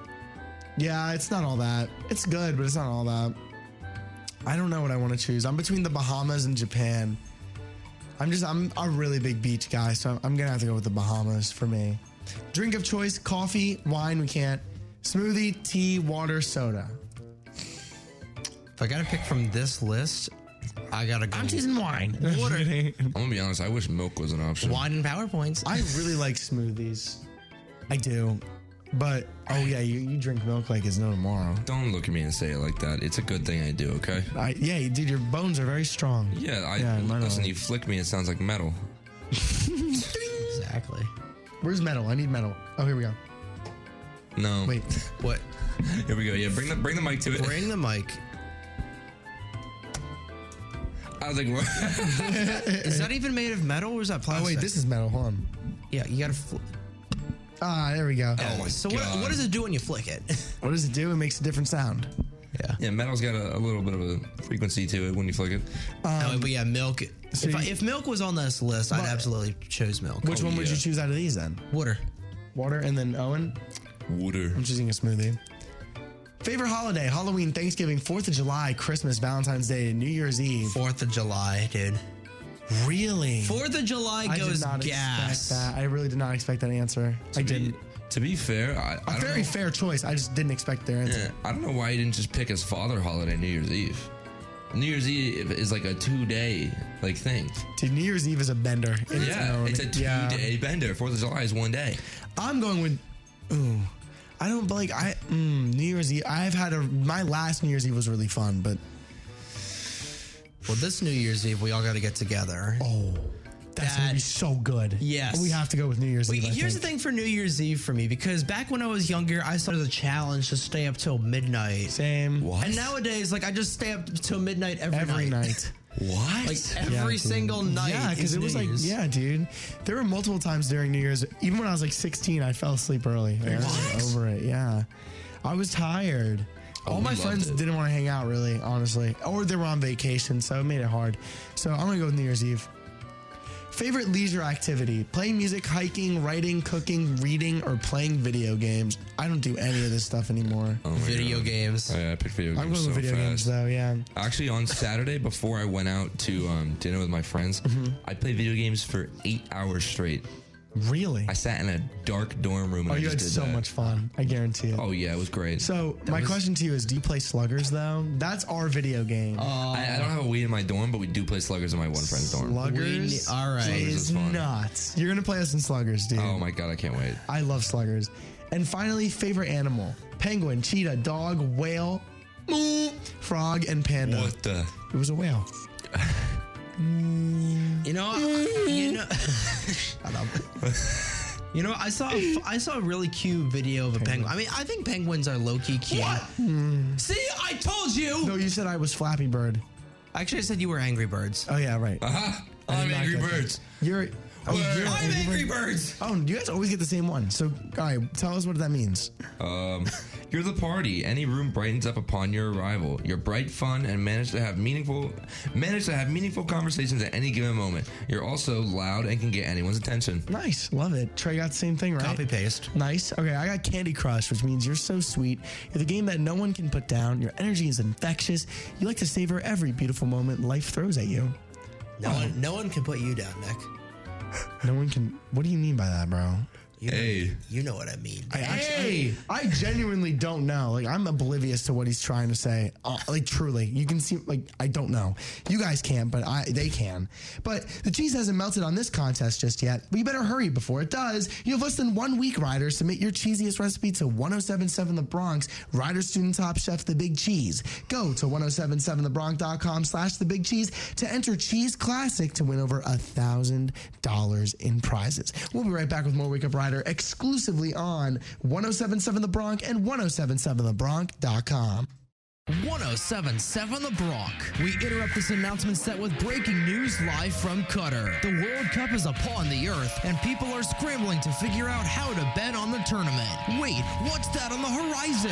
Speaker 2: Yeah, it's not all that. It's good, but it's not all that. I don't know what I want to choose. I'm between the Bahamas and Japan. I'm just I'm a really big beach guy, so I'm, I'm gonna have to go with the Bahamas for me. Drink of choice: coffee, wine. We can't. Smoothie, tea, water, soda.
Speaker 5: If I gotta pick from this list, I gotta go. I'm
Speaker 2: choosing wine.
Speaker 5: Water.
Speaker 6: I'm gonna be honest. I wish milk was an option.
Speaker 5: Wine and PowerPoints.
Speaker 2: I really like smoothies. I do, but oh yeah, you, you drink milk like it's no tomorrow.
Speaker 6: Don't look at me and say it like that. It's a good thing I do. Okay.
Speaker 2: I, yeah, dude, your bones are very strong.
Speaker 6: Yeah. I
Speaker 2: mine
Speaker 6: listen.
Speaker 2: are.
Speaker 6: You flick me. It sounds like metal.
Speaker 5: exactly.
Speaker 2: Where's metal? I need metal. Oh, here we go.
Speaker 6: No.
Speaker 2: Wait.
Speaker 5: What?
Speaker 6: Here we go. Yeah. Bring the bring the mic to it.
Speaker 5: Bring the mic.
Speaker 6: I was like,
Speaker 5: is that even made of metal or is that plastic?
Speaker 2: Oh wait, this is metal. Hold on.
Speaker 5: Yeah, you gotta. Fl-
Speaker 2: Ah, there we go.
Speaker 5: so what, what does it do when you flick it?
Speaker 2: What does it do? It makes a different sound.
Speaker 6: Yeah. Yeah. Metal's got a, a little bit of a frequency to it when you flick it.
Speaker 2: Um,
Speaker 5: no, Oh, but yeah, milk.
Speaker 6: so
Speaker 5: if, I,
Speaker 6: you-
Speaker 5: if milk was on this list, I'd absolutely choose milk.
Speaker 2: Which one would you choose out of these then?
Speaker 5: Water.
Speaker 2: Water and then Owen.
Speaker 6: Water.
Speaker 2: I'm choosing a smoothie. Favorite holiday: Halloween, Thanksgiving, Fourth of July, Christmas, Valentine's Day, New Year's Eve.
Speaker 5: Fourth of July, dude.
Speaker 2: Really?
Speaker 5: Fourth of July
Speaker 2: I did
Speaker 5: goes
Speaker 2: not
Speaker 5: gas.
Speaker 2: expect that. I really did not expect that answer. I didn't.
Speaker 6: To be fair, I, I
Speaker 2: A
Speaker 6: don't
Speaker 2: very
Speaker 6: know,
Speaker 2: fair choice. I just didn't expect their answer.
Speaker 6: yeah, I don't know why you didn't just pick his father holiday, New Year's Eve. New Year's Eve is like a two day like thing.
Speaker 2: Dude, New Year's Eve is a bender. in its
Speaker 6: yeah,
Speaker 2: own.
Speaker 6: it's a two
Speaker 2: Yeah.
Speaker 6: day bender. Fourth of July is one day.
Speaker 2: I'm going with. Ooh, I don't like. I mm, New Year's Eve. I've had a. My last New Year's Eve was really fun, but
Speaker 5: Well, this New Year's Eve, we all got to get together.
Speaker 2: Oh, that's gonna be so good.
Speaker 5: Yes.
Speaker 2: we have to go with New Year's
Speaker 5: Wait,
Speaker 2: Eve. I
Speaker 5: here's
Speaker 2: think.
Speaker 5: the thing for New Year's Eve for me because back when I was younger, I saw it as a challenge to stay up till midnight.
Speaker 2: Same.
Speaker 6: What?
Speaker 5: And nowadays, like I just stay up till midnight every,
Speaker 2: Every night.
Speaker 6: What?
Speaker 5: Like every
Speaker 2: dude.
Speaker 5: single night.
Speaker 2: Yeah, because
Speaker 5: is
Speaker 2: it was
Speaker 5: New
Speaker 2: like,
Speaker 5: Year's.
Speaker 2: yeah, dude. There were multiple times during New Year's, even when I was like 16, I fell asleep early. Like, I was just over it. Yeah, I was tired.
Speaker 6: Oh,
Speaker 2: All
Speaker 6: we
Speaker 2: my
Speaker 6: loved
Speaker 2: friends
Speaker 6: it.
Speaker 2: didn't want to hang out, really, honestly, or they were on vacation, so it made it hard. So I'm gonna go with New Year's Eve. Favorite leisure activity: playing music, hiking, writing, cooking, reading, or playing video games. I don't do any of this stuff anymore.
Speaker 6: Oh my
Speaker 5: Video
Speaker 6: God.
Speaker 5: games.
Speaker 6: Oh, yeah, I picked video games.
Speaker 2: I'm going
Speaker 6: so
Speaker 2: with video
Speaker 6: fast.
Speaker 2: games though. Yeah.
Speaker 6: Actually, on Saturday before I went out to um, dinner with my friends,
Speaker 2: Mm-hmm.
Speaker 6: I played video games for eight hours straight.
Speaker 2: Really?
Speaker 6: I sat in a dark dorm room. And
Speaker 2: Oh,
Speaker 6: I
Speaker 2: you
Speaker 6: just
Speaker 2: had
Speaker 6: did
Speaker 2: so
Speaker 6: that.
Speaker 2: much fun. I guarantee it.
Speaker 6: Oh yeah, it was great.
Speaker 2: So my question to you is: Do you play Sluggers though? That's our video game.
Speaker 6: I, I don't have a weed in my dorm, but we do play Sluggers in my one friend's dorm.
Speaker 2: Sluggers.
Speaker 5: We- all right.
Speaker 6: Sluggers
Speaker 2: is
Speaker 6: is fun.
Speaker 2: nuts. You're gonna play us in Sluggers, dude.
Speaker 6: Oh my god, I can't wait.
Speaker 2: I love Sluggers. And finally, favorite animal: penguin, cheetah, dog, whale, moo, frog, and panda.
Speaker 6: What the?
Speaker 2: It was a whale.
Speaker 5: You know, you know, you know. I saw a- I saw a really cute video of a penguin. I mean, I think penguins are low key cute. What? See, I told you.
Speaker 2: No, you said I was Flappy Bird.
Speaker 5: Actually, I said you were Angry Birds.
Speaker 2: Oh yeah, right.
Speaker 6: Uh-huh.
Speaker 2: I did
Speaker 6: I'm
Speaker 2: not
Speaker 6: Angry
Speaker 2: get that.
Speaker 6: Birds.
Speaker 2: You're. oh,
Speaker 6: Word.
Speaker 2: you're
Speaker 6: I'm Angry Birds.
Speaker 2: Oh, you guys always get the same one. So, all right, tell us what that means.
Speaker 6: Um, you're the party. Any room brightens up upon your arrival. You're bright, fun, and manage to have meaningful manage to have meaningful conversations at any given moment. You're also loud and can get anyone's attention.
Speaker 2: Nice, love it. Trey got the same thing, right?
Speaker 5: Copy paste.
Speaker 2: Nice. Okay, I got Candy Crush, which means you're so sweet. You're the game that no one can put down. Your energy is infectious. You like to savor every beautiful moment life throws at you.
Speaker 5: No one, no one can put you down, Nick.
Speaker 2: No one can. What do you mean by that, bro?
Speaker 15: You know,
Speaker 6: Hey.
Speaker 15: you know what I mean.
Speaker 2: I actually, I, I genuinely don't know. Like, I'm oblivious to what he's trying to say. Uh, like, truly, you can see. Like, I don't know. You guys can't, but I they can. But the cheese hasn't melted on this contest just yet. But you better hurry before it does. You have less than one week, riders. Submit your cheesiest recipe to 1077 The Bronx. Rider student top chef The Big Cheese. Go to 1077thebronx.com slash The Big Cheese to enter Cheese Classic to win over a thousand dollars in prizes. We'll be right back with more Wake Up Rider exclusively on 1077 The Bronx and 1077thebronx.com.
Speaker 5: 1077 The Bronx. We interrupt this announcement set with breaking news live from Qatar. The World Cup is upon the earth, and people are scrambling to figure out how to bet on the tournament. Wait, what's that on the horizon?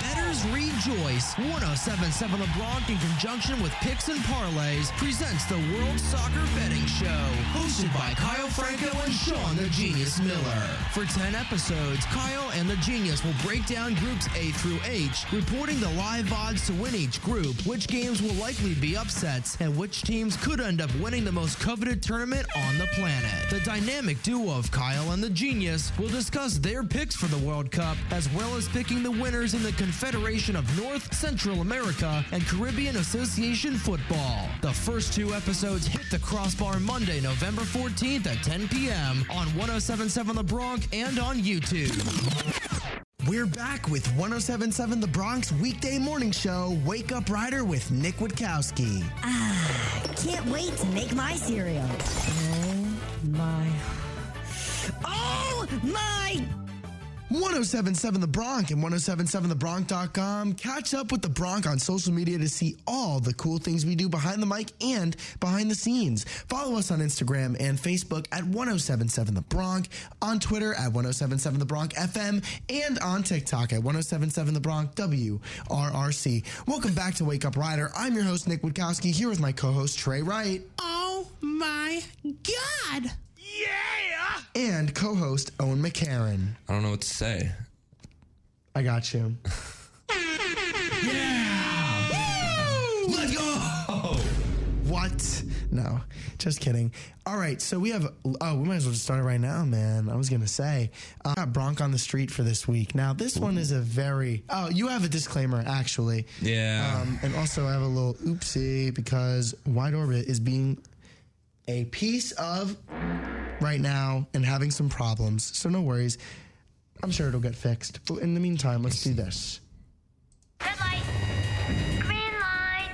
Speaker 5: Betters Rejoice 1077 LeBron in conjunction with Picks and Parlays presents the World Soccer Betting Show, hosted by Kyle Franco and Sean the Genius Miller. For 10 episodes, Kyle and the Genius will break down groups A through H, reporting the live odds to win each group, which games will likely be upsets, and which teams could end up winning the most coveted tournament on the planet. The dynamic duo of Kyle and the Genius will discuss their picks for the World Cup, as well as picking the winners in the Confederation of North, Central America, and Caribbean Association football. The first two episodes hit the crossbar Monday, November 14th at 10 p.m. on 1077 The Bronx and on YouTube.
Speaker 2: We're back with 1077 The Bronx weekday morning show, Wake Up Rider with Nick Witkowski.
Speaker 1: Ah, can't wait to make my cereal. Oh my. Oh my
Speaker 2: 1077 The Bronx and 1077TheBronx.com. Catch up with The Bronx on social media to see all the cool things we do behind the mic and behind the scenes. Follow us on Instagram and Facebook at 1077 The Bronx, on Twitter at 1077 The Bronx FM, and on TikTok at 1077 The Bronx WRRC. Welcome back to Wake Up Rider. I'm your host, Nick Witkowski, here with my co host, Trey Wright.
Speaker 16: Oh my god.
Speaker 2: and co-host Owen McCarron.
Speaker 6: I don't know what to say.
Speaker 2: I got you.
Speaker 16: Let's go.
Speaker 2: What? No, just kidding. All right, so we have. Oh, we might as well just start it right now, man. I was gonna say uh, I got Bronk on the street for this week. Now this one is a very. Oh, you have a disclaimer actually.
Speaker 6: Yeah.
Speaker 2: Um, and also I have a little oopsie because Wide Orbit is being a piece of right now and having some problems. So no worries. I'm sure it'll get fixed. But in the meantime, let's do this.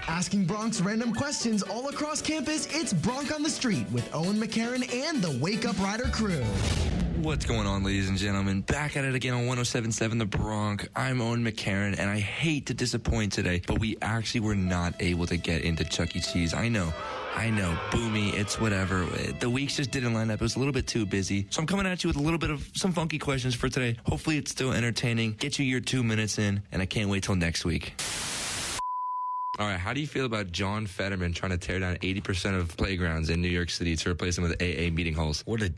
Speaker 2: Asking Bronx random questions all across campus, it's Bronx on the Street with Owen McCarron and the Wake Up Rider crew.
Speaker 6: What's going on, ladies and gentlemen? Back at it again on 1077 The Bronx. I'm Owen McCarron, and I hate to disappoint today, but we actually were not able to get into Chuck E. Cheese. I know, I know, boomy, it's whatever. The weeks just didn't line up. It was a little bit too busy. So I'm coming at you with a little bit of some funky questions for today. Hopefully, it's still entertaining. Get you your two minutes in, and I can't wait till next week. All right, how do you feel about John Fetterman trying to tear down 80% of playgrounds in New York City to replace them with AA meeting halls? What a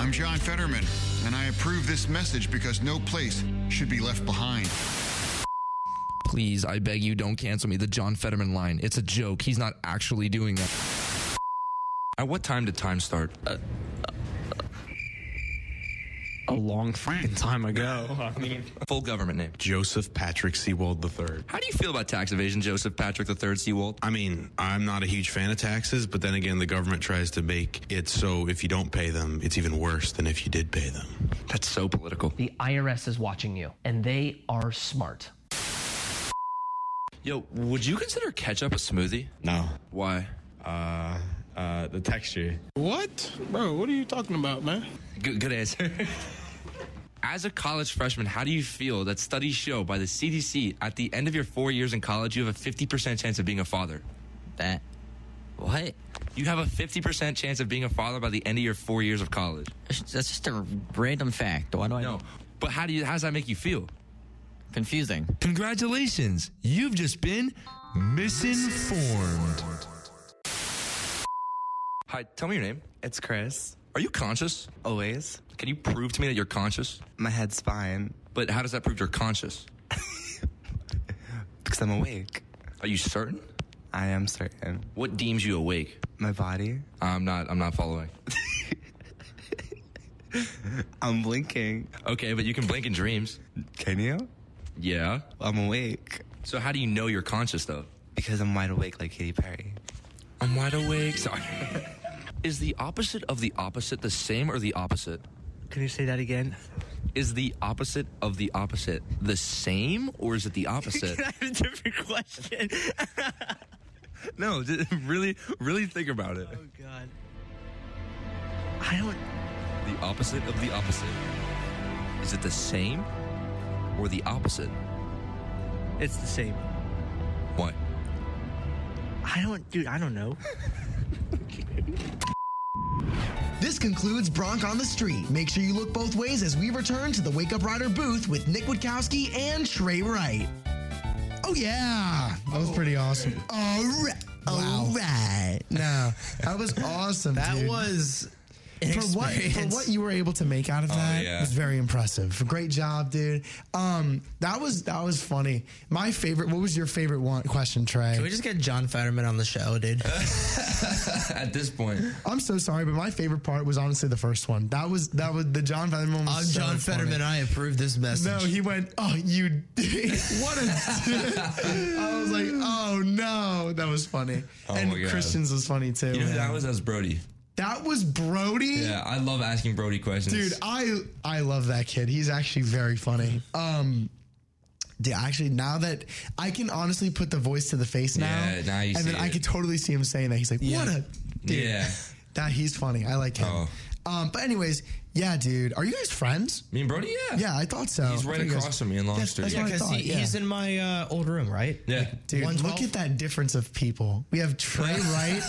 Speaker 17: I'm John Fetterman, and I approve this message because no place should be left behind.
Speaker 6: Please, I beg you, don't cancel me. The John Fetterman line. It's a joke. He's not actually doing that. At what time did time start? Uh,
Speaker 9: a long fucking time ago. I mean,
Speaker 6: full government name
Speaker 9: Joseph Patrick Sewald III.
Speaker 6: how do you feel about tax evasion, Joseph Patrick III Sewald?
Speaker 9: I mean, I'm not a huge fan of taxes, but then again, the government tries to make it so if you don't pay them, it's even worse than if you did pay them.
Speaker 6: That's so political.
Speaker 18: The IRS is watching you, and they are smart.
Speaker 6: Yo, would you consider ketchup a smoothie?
Speaker 9: No.
Speaker 6: Why?
Speaker 9: Uh, uh, the texture.
Speaker 19: What? Bro, what are you talking about, man?
Speaker 6: Good, good answer. As a college freshman, how do you feel that studies show by the CDC at the end of your four years in college, you have a 50% chance of being a father?
Speaker 20: That. What?
Speaker 6: You have a 50% chance of being a father by the end of your four years of college.
Speaker 20: That's just a random fact. Why do I
Speaker 6: No. But how do you how does that make you feel?
Speaker 20: Confusing.
Speaker 6: Congratulations. You've just been misinformed. Hi, tell me your name.
Speaker 21: It's Chris.
Speaker 6: Are you conscious?
Speaker 21: Always.
Speaker 6: Can you prove to me that you're conscious?
Speaker 21: My head's fine
Speaker 6: But how does that prove you're conscious?
Speaker 21: because I'm awake.
Speaker 6: Are you certain?
Speaker 22: I am certain.
Speaker 6: What deems you awake?
Speaker 22: My body.
Speaker 6: I'm not. I'm not following.
Speaker 22: I'm blinking.
Speaker 6: Okay, but you can blink in dreams.
Speaker 22: Can you?
Speaker 6: Yeah.
Speaker 22: I'm awake.
Speaker 6: So how do you know you're conscious though?
Speaker 22: Because I'm wide awake like Katy Perry.
Speaker 6: I'm wide awake. Sorry. Is the opposite of the opposite the same or the opposite?
Speaker 22: Can you say that again?
Speaker 6: Is the opposite of the opposite the same or is it the opposite?
Speaker 22: Can I have a different question?
Speaker 6: no, just really, really think about it.
Speaker 23: Oh God.
Speaker 22: I don't.
Speaker 6: The opposite of the opposite. Is it the same or the opposite?
Speaker 23: It's the same.
Speaker 6: What?
Speaker 23: I don't, dude. I don't know.
Speaker 2: This concludes Bronk on the Street. Make sure you look both ways as we return to the Wake Up Rider booth with Nick Witkowski and Trey Wright. Oh, yeah. That was pretty awesome. All right. All right. No, that was awesome.
Speaker 5: That
Speaker 2: dude.
Speaker 5: was an
Speaker 2: For what, for
Speaker 5: experience.
Speaker 2: what you were able to make out of
Speaker 5: Oh,
Speaker 2: that
Speaker 5: yeah.
Speaker 2: was very impressive. Great job, dude. Um, that was that was funny. My favorite. What was your favorite one question, Trey?
Speaker 5: Can we just get John Fetterman on the show, dude?
Speaker 6: At this point,
Speaker 2: I'm so sorry, but my favorite part was honestly the first one. That was that was the John Fetterman. Was
Speaker 5: I'm
Speaker 2: so
Speaker 5: John
Speaker 2: funny.
Speaker 5: Fetterman. I approve this message.
Speaker 2: No, he went. Oh, you. dick. what a. dick." I was like, oh no, that was funny.
Speaker 6: Oh,
Speaker 2: and
Speaker 6: my God.
Speaker 2: Christians was funny too.
Speaker 6: You know who
Speaker 2: man.
Speaker 6: that was? That was Brody.
Speaker 2: That was Brody.
Speaker 6: Yeah, I love asking Brody questions.
Speaker 2: Dude, I I love that kid. He's actually very funny. Um dude, actually now that I can honestly put the voice to the face now.
Speaker 6: Yeah, now you
Speaker 2: and then
Speaker 6: see
Speaker 2: I
Speaker 6: it.
Speaker 2: could totally see him saying that. He's like, What a dude.
Speaker 6: Yeah. Oh.
Speaker 2: That he's funny. I like him. Um, but anyways, yeah, dude. Are you guys friends?
Speaker 6: Me and Brody, yeah.
Speaker 2: Yeah, I thought so.
Speaker 6: He's
Speaker 2: I
Speaker 6: right
Speaker 2: thought you guys-
Speaker 6: across from me in Long
Speaker 2: That's-
Speaker 6: Street.
Speaker 2: that's what I thought, yeah.
Speaker 5: He's in my uh, old room, right?
Speaker 6: Yeah.
Speaker 2: Dude, look at that difference of people. We have Trey Wright.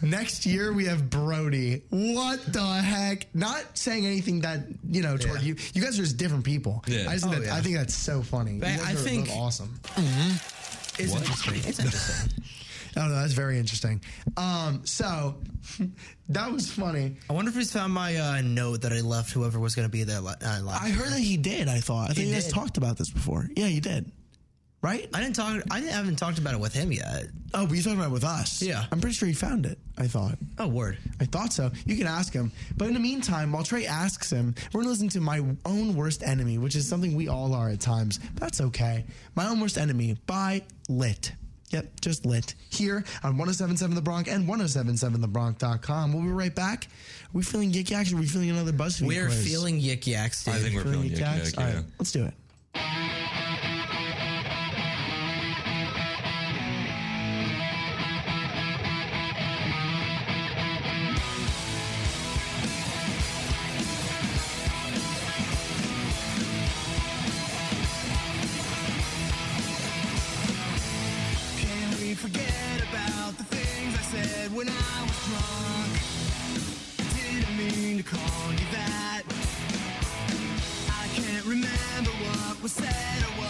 Speaker 2: Next year we have Brody. What the heck? Not saying anything that you know toward you. You guys are just different people.
Speaker 5: Yeah.
Speaker 2: I, just think
Speaker 5: Oh,
Speaker 2: that,
Speaker 5: yeah.
Speaker 2: I think that's so funny. You
Speaker 5: But
Speaker 2: guys
Speaker 5: I
Speaker 2: are both
Speaker 5: think-
Speaker 2: awesome.
Speaker 5: It's interesting. It's interesting.
Speaker 2: I don't know. That's very interesting. Um, so that was funny.
Speaker 5: I wonder if he's found my uh, note that I left whoever was going to be there li- uh, last.
Speaker 2: I heard that he did. I thought. I think
Speaker 5: He
Speaker 2: you guys
Speaker 5: did.
Speaker 2: talked about this before. Yeah, you did. Right?
Speaker 5: I didn't talk. I, didn't, I haven't talked about it with him yet.
Speaker 2: Oh, but you talked about it with us. Yeah. I'm pretty sure he found it, I thought.
Speaker 5: Oh, word.
Speaker 2: I thought so. You can ask him. But in the meantime, while Trey asks him, we're going to listen to my own worst enemy, which is something we all are at times. But that's okay. My own worst enemy by Lit. Yep, just lit here on 1077 The Bronx and 1077TheBronx.com. We'll be right back. Are we feeling yik yaks? Or are we feeling another BuzzFeed
Speaker 5: We're
Speaker 2: quiz?
Speaker 5: feeling yik yaks, dude.
Speaker 6: I think we're feeling yik
Speaker 2: yaks?
Speaker 6: yak,
Speaker 2: All right,
Speaker 6: yeah.
Speaker 2: let's do it.
Speaker 7: Can we forget about the things I said when I was drunk? Didn't mean to call you that. I can't remember what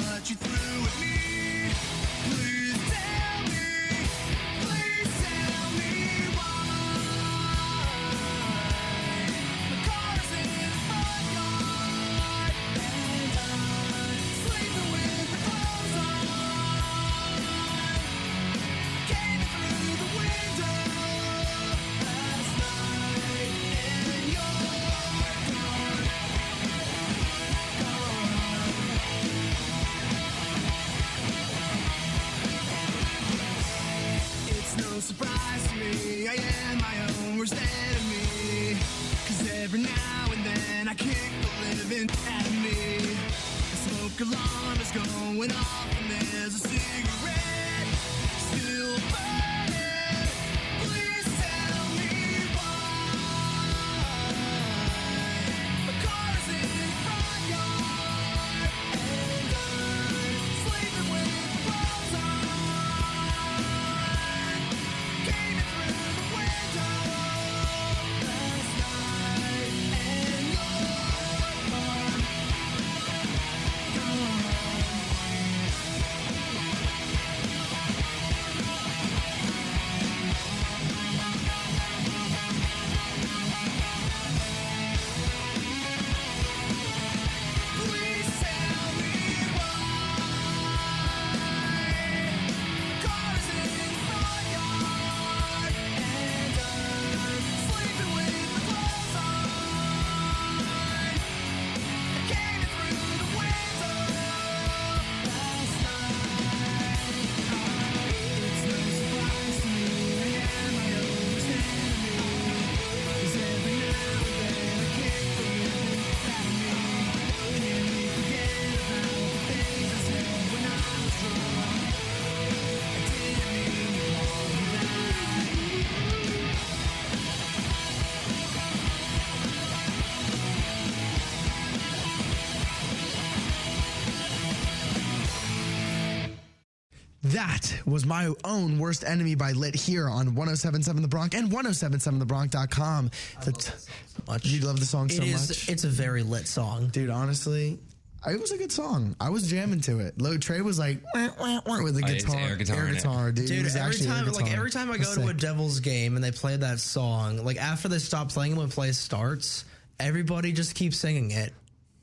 Speaker 2: That was my own worst enemy by Lit here on 1077 The Bronx and 1077TheBronx.com. That's much. You love the song so
Speaker 5: It is-
Speaker 2: much. It's a very lit song. Dude, honestly, it was a good song. I was jamming to it. Low Trey was like, wah, wah, wah, with a
Speaker 6: Oh, it's
Speaker 2: guitar.
Speaker 6: air guitar in it.
Speaker 2: dude. It was
Speaker 5: every
Speaker 2: actually air
Speaker 5: time, like
Speaker 2: guitar.
Speaker 5: every time I
Speaker 2: That's
Speaker 5: go to a
Speaker 2: sick.
Speaker 5: Devils game and they play that song, like after they stop playing it when play starts, everybody just keeps singing it.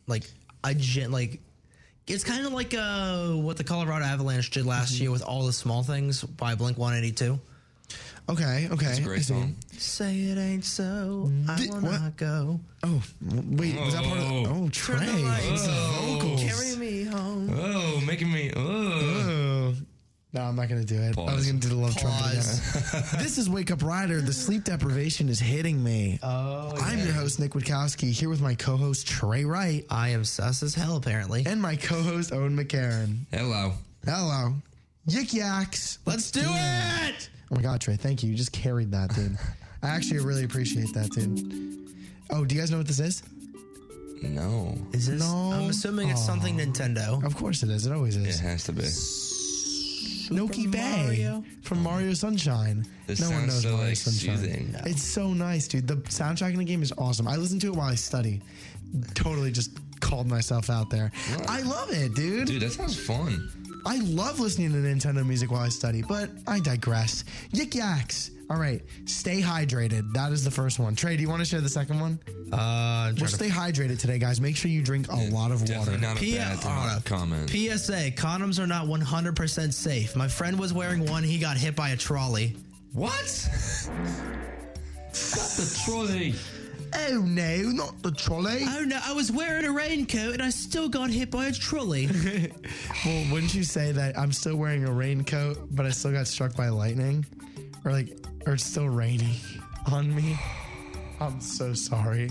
Speaker 5: Like I gen- like it's kind of like uh, what the Colorado Avalanche did last year with all the small things by Blink One Eighty Two.
Speaker 2: Okay, okay, It's a great I see. song.
Speaker 5: Say it ain't so. I will not go.
Speaker 2: Oh, wait, was that part of the. Oh, Trey.
Speaker 5: Turn the lights
Speaker 2: Oh.
Speaker 5: out.
Speaker 2: Vocals.
Speaker 5: Carry me home.
Speaker 6: Oh, making me.
Speaker 2: Oh. No, I'm not going to do it. I was
Speaker 6: Pause.
Speaker 2: going to do the love trumpet
Speaker 6: Pause.
Speaker 2: again. this is Wake Up Rider. The sleep deprivation is hitting me.
Speaker 5: Oh,
Speaker 2: I'm your host, Nick Witkowski, here with my co host, Trey Wright.
Speaker 5: I am sus as hell, apparently.
Speaker 2: And my co host, Owen McCarron.
Speaker 6: Hello.
Speaker 2: Hello. Yik yaks. Let's do it. Oh my God, Trey. Thank you. You just carried that, dude. I actually really appreciate that, dude. Oh, do you guys know what this is?
Speaker 6: No.
Speaker 5: Is this? I'm assuming it's something Nintendo.
Speaker 2: Of course it is. It always is.
Speaker 6: It has to be.
Speaker 2: Noki Bay from Mario Sunshine.
Speaker 6: This
Speaker 2: no one
Speaker 6: sounds
Speaker 2: knows
Speaker 6: so,
Speaker 2: Mario
Speaker 6: like,
Speaker 2: Sunshine.
Speaker 6: soothing.
Speaker 2: It's so nice, dude. The soundtrack in the game is awesome. I listen to it while I study. Totally just called myself out there. I love it, dude.
Speaker 6: Dude, that sounds fun.
Speaker 2: I love listening to Nintendo music while I study, but I digress. Yik yaks. All right, stay hydrated. That is the first one. Trey, do you want to share the second one?
Speaker 5: Uh,
Speaker 2: Well, stay hydrated today, guys. Make sure you drink a lot of water.
Speaker 6: Definitely not a
Speaker 5: P-
Speaker 6: bad
Speaker 5: uh,
Speaker 6: comment.
Speaker 5: PSA: Condoms are not 100% safe. My friend was wearing one. He got hit by a trolley.
Speaker 6: What? the trolley.
Speaker 2: Oh no, not the trolley.
Speaker 5: Oh no, I was wearing a raincoat and I still got hit by a trolley.
Speaker 2: well, wouldn't you say that I'm still wearing a raincoat, but I still got struck by lightning, or like, or it's still raining on me? I'm so sorry.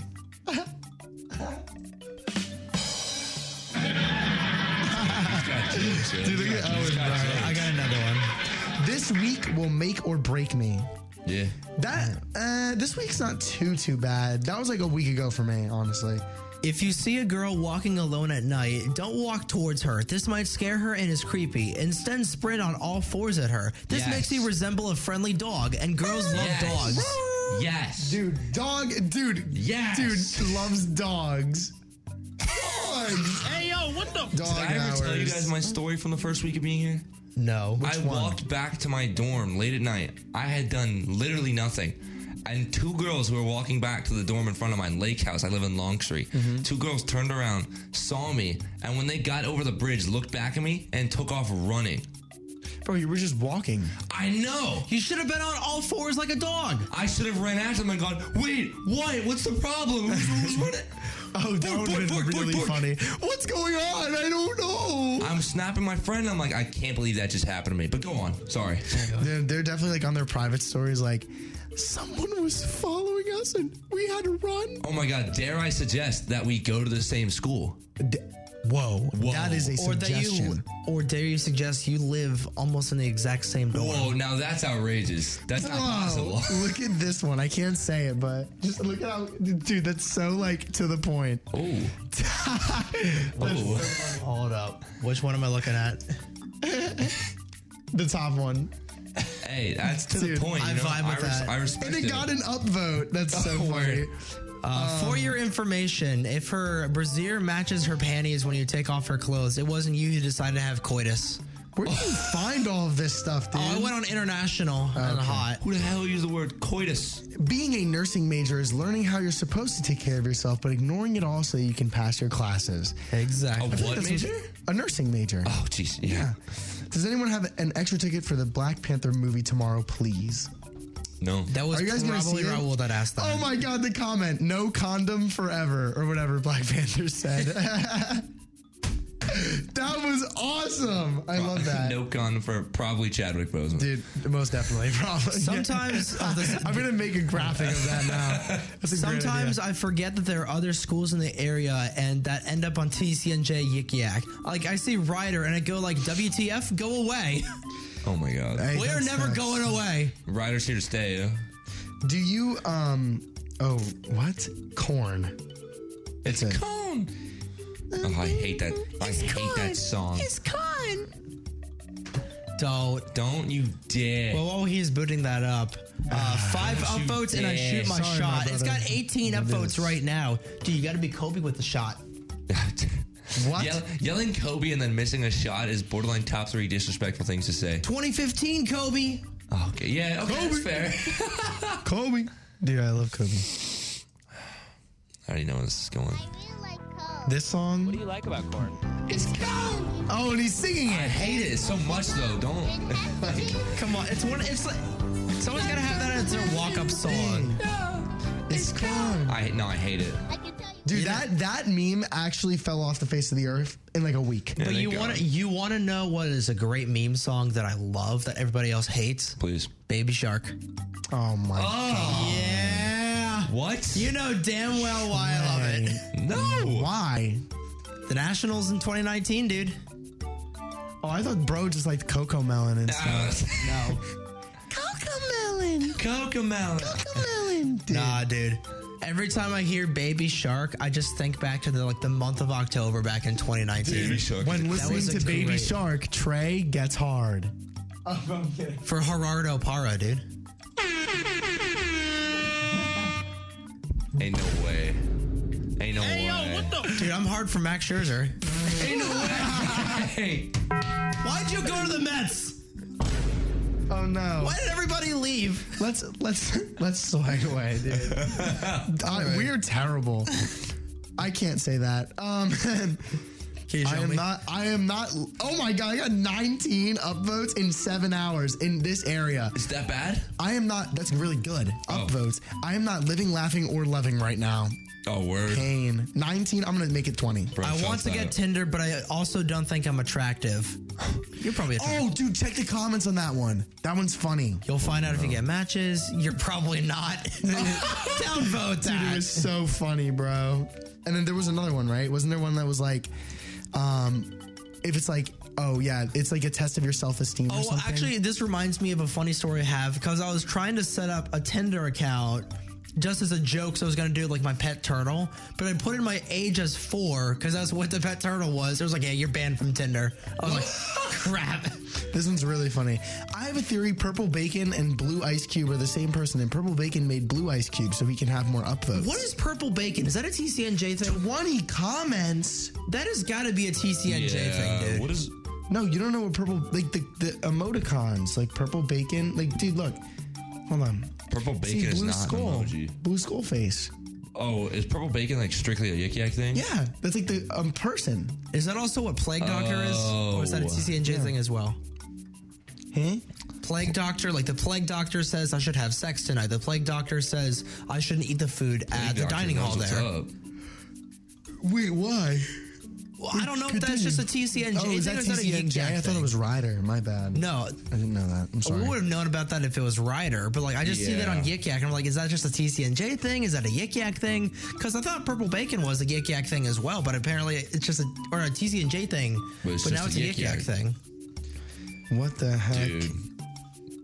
Speaker 6: Dude,
Speaker 2: look at Owen Bryant.
Speaker 5: I got another one.
Speaker 2: This week will make or break me.
Speaker 6: Yeah.
Speaker 2: That uh, this week's not too too bad. That was like a week ago for me, honestly.
Speaker 5: If you see a girl walking alone at night, don't walk towards her. This might scare her and is creepy. Instead, sprint on all fours at her. This
Speaker 2: Yes.
Speaker 5: makes you resemble a friendly dog, and girls love dogs.
Speaker 6: Yes.
Speaker 2: Dude, dog, dude.
Speaker 6: Yes.
Speaker 2: Dude loves dogs.
Speaker 3: Hey yo, what the?
Speaker 6: Did I ever tell you guys my story from the first week of being here?
Speaker 5: No.
Speaker 6: I walked back to my dorm late at night. I had done literally nothing. And two girls who were walking back to the dorm in front of my lake house. I live in Long Street.
Speaker 2: Mm-hmm.
Speaker 6: Two girls turned around, saw me, and when they got over the bridge, looked back at me and took off running.
Speaker 2: Bro, you were just walking.
Speaker 6: I know.
Speaker 5: You should have been on all fours like a dog.
Speaker 6: I should have ran after them and gone, wait, what? What's the problem? Who's- who's running?"
Speaker 2: Oh, that would have been really funny. What's going on? I don't know.
Speaker 6: I'm snapping my friend. I'm like, I can't believe that just happened to me. But go on. Sorry.
Speaker 2: They're, they're definitely like on their private stories, like someone was following us and we had to run.
Speaker 6: Oh my God. Dare I suggest that we go to the same school?
Speaker 2: Whoa.
Speaker 6: Whoa.
Speaker 2: That is a
Speaker 5: That
Speaker 2: suggestion.
Speaker 5: you, or dare you suggest you live almost in the exact same dorm?
Speaker 6: Whoa, Oh, now that's outrageous. That's not
Speaker 2: Whoa,
Speaker 6: possible.
Speaker 2: look at this one. I can't say it, but just look at how, dude, that's so like to the point.
Speaker 6: Oh.
Speaker 5: Hold up. Which one am I looking at?
Speaker 2: the top one.
Speaker 6: Hey, that's to
Speaker 2: Dude,
Speaker 6: the point.
Speaker 2: I
Speaker 6: you know?
Speaker 2: vibe with
Speaker 6: res-
Speaker 2: that.
Speaker 6: I respect
Speaker 2: And it got an upvote. That's so
Speaker 5: Oh,
Speaker 2: funny.
Speaker 5: word. Uh, for your information, if her brassiere matches her panties when you take off her clothes, it wasn't you who decided to have coitus.
Speaker 2: Where did you find all of this stuff, dude?
Speaker 5: Oh, I went on international and hot.
Speaker 6: Who the hell used the word coitus?
Speaker 2: Being a nursing major is learning how you're supposed to take care of yourself, but ignoring it all so you can pass your classes.
Speaker 5: Exactly.
Speaker 6: A what major?
Speaker 2: A nursing major.
Speaker 5: Uh.
Speaker 6: Oh, jeez. Yeah.
Speaker 2: Does anyone have an extra ticket for the Black Panther movie tomorrow, please?
Speaker 6: No.
Speaker 5: That was
Speaker 2: Are you guys gonna
Speaker 5: probably
Speaker 2: see it?
Speaker 5: Raul that asked that.
Speaker 2: Oh my God, the comment, no condom forever, or whatever Black Panther said. that was awesome. I love that.
Speaker 6: no con for probably Chadwick Boseman.
Speaker 2: Dude, most definitely, probably.
Speaker 5: Sometimes- oh, this-
Speaker 2: I'm gonna make a graphic of that now. That's a great
Speaker 5: Sometimes
Speaker 2: idea.
Speaker 5: I forget that there are other schools in the area and that end up on TCNJ Yik Yak. Like I see Ryder and I go like WTF, go away.
Speaker 6: Oh my God.
Speaker 2: Hey,
Speaker 5: We're
Speaker 2: that's
Speaker 5: never
Speaker 2: nice.
Speaker 5: going away.
Speaker 6: Ryder's here to stay. Yeah?
Speaker 2: Do you um? Oh, what corn?
Speaker 6: It's a cone. Oh, I hate that. I hate that song.
Speaker 2: con.
Speaker 5: Don't.
Speaker 6: Don't you dare.
Speaker 5: Well, while he's booting that up, uh, five
Speaker 6: don't you
Speaker 5: upvotes and I
Speaker 6: dare.
Speaker 5: shoot my
Speaker 6: Sorry, my
Speaker 5: shot. it's
Speaker 6: brother.
Speaker 5: got 18
Speaker 6: It
Speaker 5: upvotes
Speaker 6: is.
Speaker 5: right now. Dude, you got to be Kobe with the shot.
Speaker 6: What? yelling Kobe and then missing a shot is borderline top three disrespectful things to say.
Speaker 5: 2015, Kobe.
Speaker 6: Okay, yeah, okay, that's fair.
Speaker 5: Kobe.
Speaker 2: Dude, I love Kobe.
Speaker 6: I already know where this is going.
Speaker 2: This song. What do
Speaker 24: you like about corn?
Speaker 2: It's Kobe. Oh, and he's singing it.
Speaker 6: I hate it so much though. Don't.
Speaker 5: Come on, it's one. It's like someone's gotta have that as their walk-up song.
Speaker 2: It's gone.
Speaker 6: I no, I hate it.
Speaker 2: Dude, that that meme actually fell off the face of the earth in like a week.
Speaker 5: but you want to you want to know what is a great meme song that I love that everybody else hates?
Speaker 6: Please,
Speaker 5: Baby Shark.
Speaker 2: Oh my
Speaker 5: god. Yeah.
Speaker 6: What?
Speaker 5: You know damn well why I love it.
Speaker 6: No.
Speaker 2: Why?
Speaker 5: The Nationals in 2019, dude.
Speaker 2: Oh, I thought bro just liked cocoa melon and stuff.
Speaker 5: No.
Speaker 1: Cocomelon.
Speaker 5: Cocomelon.
Speaker 1: Cocomelon.
Speaker 5: Nah, dude. Every time I hear Baby Shark, I just think back to the like the month of October back in 2019.
Speaker 2: When
Speaker 5: That was
Speaker 2: listening
Speaker 5: a
Speaker 2: to Baby
Speaker 5: great-
Speaker 2: Shark, Trey gets hard.
Speaker 5: for Gerardo Parra, dude.
Speaker 6: Ain't no way. Ain't no way.
Speaker 5: Dude, I'm hard for Max Scherzer.
Speaker 6: Ain't no way.
Speaker 5: Why'd you go to the Mets?
Speaker 2: Oh no.
Speaker 5: Why did everybody leave?
Speaker 2: Let's let's let's swag away, dude. I- We're terrible. I can't say that. Um,
Speaker 5: Can you show
Speaker 2: I am
Speaker 5: me?
Speaker 2: not. I am not. Oh my god! I got 19 upvotes in seven hours in this area.
Speaker 6: Is that bad?
Speaker 2: I am not. That's really good
Speaker 5: Oh.
Speaker 2: upvotes. I am not living, laughing, or loving right now.
Speaker 6: Oh, word.
Speaker 2: Pain. 19. I'm gonna make it 20.
Speaker 5: I want to get Tinder, but I also don't think I'm attractive. You're probably attractive.
Speaker 2: Oh, dude, check the comments on that one. That one's funny.
Speaker 5: You'll find out if you get matches. You're probably not. Downvote
Speaker 2: Dude,
Speaker 5: that.
Speaker 2: it was so funny, bro. And then there was another one, right? Wasn't there one that was like, um, if it's like, oh yeah, it's like a test of your self esteem or
Speaker 5: Oh,
Speaker 2: something.
Speaker 5: actually, this reminds me of a funny story I have because I was trying to set up a Tinder account just as a joke. So I was going to do like my pet turtle, but I put in my age as four because that's what the pet turtle was. It was like, yeah, you're banned from Tinder. I was like, crap.
Speaker 2: this one's really funny. I have a theory: purple bacon and blue ice cube are the same person, and purple bacon made blue ice cube so he can have more upvotes.
Speaker 5: What is purple bacon? Is that a TCNJ thing?
Speaker 2: 20 comments.
Speaker 5: That has got to be a TCNJ thing, dude.
Speaker 6: What is?
Speaker 2: No, you don't know what purple like the the emoticons like purple bacon. Like, dude, look, hold on.
Speaker 6: Purple bacon
Speaker 2: See,
Speaker 6: is
Speaker 2: blue
Speaker 6: not
Speaker 2: skull,
Speaker 6: an emoji.
Speaker 2: blue skull face.
Speaker 6: Oh, is purple bacon like strictly a yik yak thing?
Speaker 2: Yeah, that's like the um, person.
Speaker 5: Is that also what Plague Doctor is? Or is that a
Speaker 6: Oh.
Speaker 5: TCNJ thing as well?
Speaker 2: Huh?
Speaker 5: Plague Doctor, like the Plague Doctor says I should have sex tonight. The Plague Doctor says I shouldn't eat the food at the
Speaker 6: Doctor
Speaker 5: dining
Speaker 6: knows
Speaker 5: hall
Speaker 6: what's
Speaker 5: there.
Speaker 6: up.
Speaker 2: Wait, why?
Speaker 5: Well, I don't know if that's just a TCNJ.
Speaker 2: Oh, is that
Speaker 5: It's not a Yin
Speaker 2: TCNJ?
Speaker 5: Jack
Speaker 2: I thought it
Speaker 5: thing.
Speaker 2: was Ryder. My bad.
Speaker 5: No,
Speaker 2: I didn't know
Speaker 6: Oh,
Speaker 2: that. I'm sorry.
Speaker 5: we would have known about that if it was Ryder, but like I just see that on
Speaker 6: Yeah.
Speaker 5: Yik Yak, and I'm like, is that just a TCNJ thing? Is that a Yik Yak thing? Because I thought Purple Bacon was a Yik Yak thing as well, but apparently it's just a or a TCNJ thing,
Speaker 6: But
Speaker 5: but,
Speaker 6: it's
Speaker 5: now it's
Speaker 6: just
Speaker 5: a
Speaker 6: a
Speaker 5: Yik
Speaker 6: Yik Yak.
Speaker 5: Yak thing.
Speaker 2: What the heck?
Speaker 6: Dude,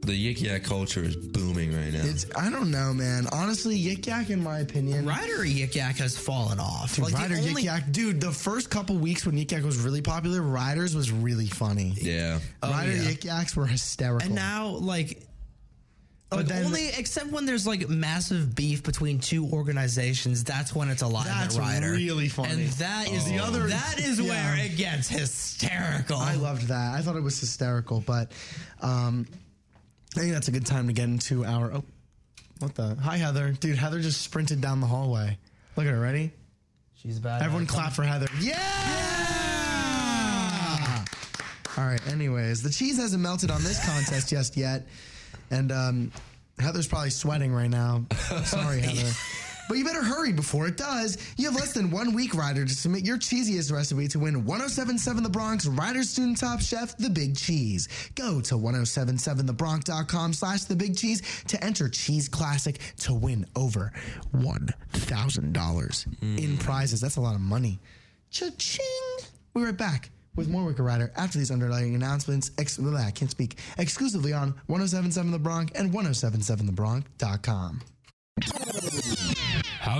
Speaker 6: the yik yak culture is booming right now.
Speaker 2: It's I don't know, man. Honestly, Yik Yak, in my opinion,
Speaker 5: Ryder Yik Yak has fallen off.
Speaker 2: Dude,
Speaker 5: Like, the
Speaker 2: Ryder
Speaker 5: only-
Speaker 2: Yik Yak, dude. The first couple weeks when Yik Yak was really popular, Riders was really funny.
Speaker 6: yeah.
Speaker 2: Ryder
Speaker 5: yeah.
Speaker 2: Yik Yaks were hysterical.
Speaker 5: And now, like, like,
Speaker 2: then-
Speaker 5: only except when there's like massive beef between two organizations, that's when it's alive
Speaker 2: That's
Speaker 5: at Ryder.
Speaker 2: really funny. Oh.
Speaker 5: and that is the other. That is
Speaker 2: Yeah.
Speaker 5: where it gets hysterical.
Speaker 2: I loved that. I thought it was hysterical, but um, I think that's a good time to get into our. Oh, what the? Hi, Heather. Dude, Heather just sprinted down the hallway. Look at her. Ready?
Speaker 5: She's bad.
Speaker 2: Everyone clap for Heather. Yeah! All right. Anyways, the cheese hasn't melted on this contest just yet, and um, Heather's probably sweating right now. Sorry, Heather. But you better hurry before it does. You have less than one week, Ryder, to submit your cheesiest recipe to win 1077 The Bronx Ryder Student Top Chef The Big Cheese. Go to 1077thebronx.com slash The Big Cheese to enter Cheese Classic to win over $1,000 in prizes. That's a lot of money. Cha-ching! We're right back with more Wicker Rider after these underlying announcements. Ex- blah, I can't speak. Exclusively on 1077 The Bronx and 1077thebronx.com.
Speaker 25: How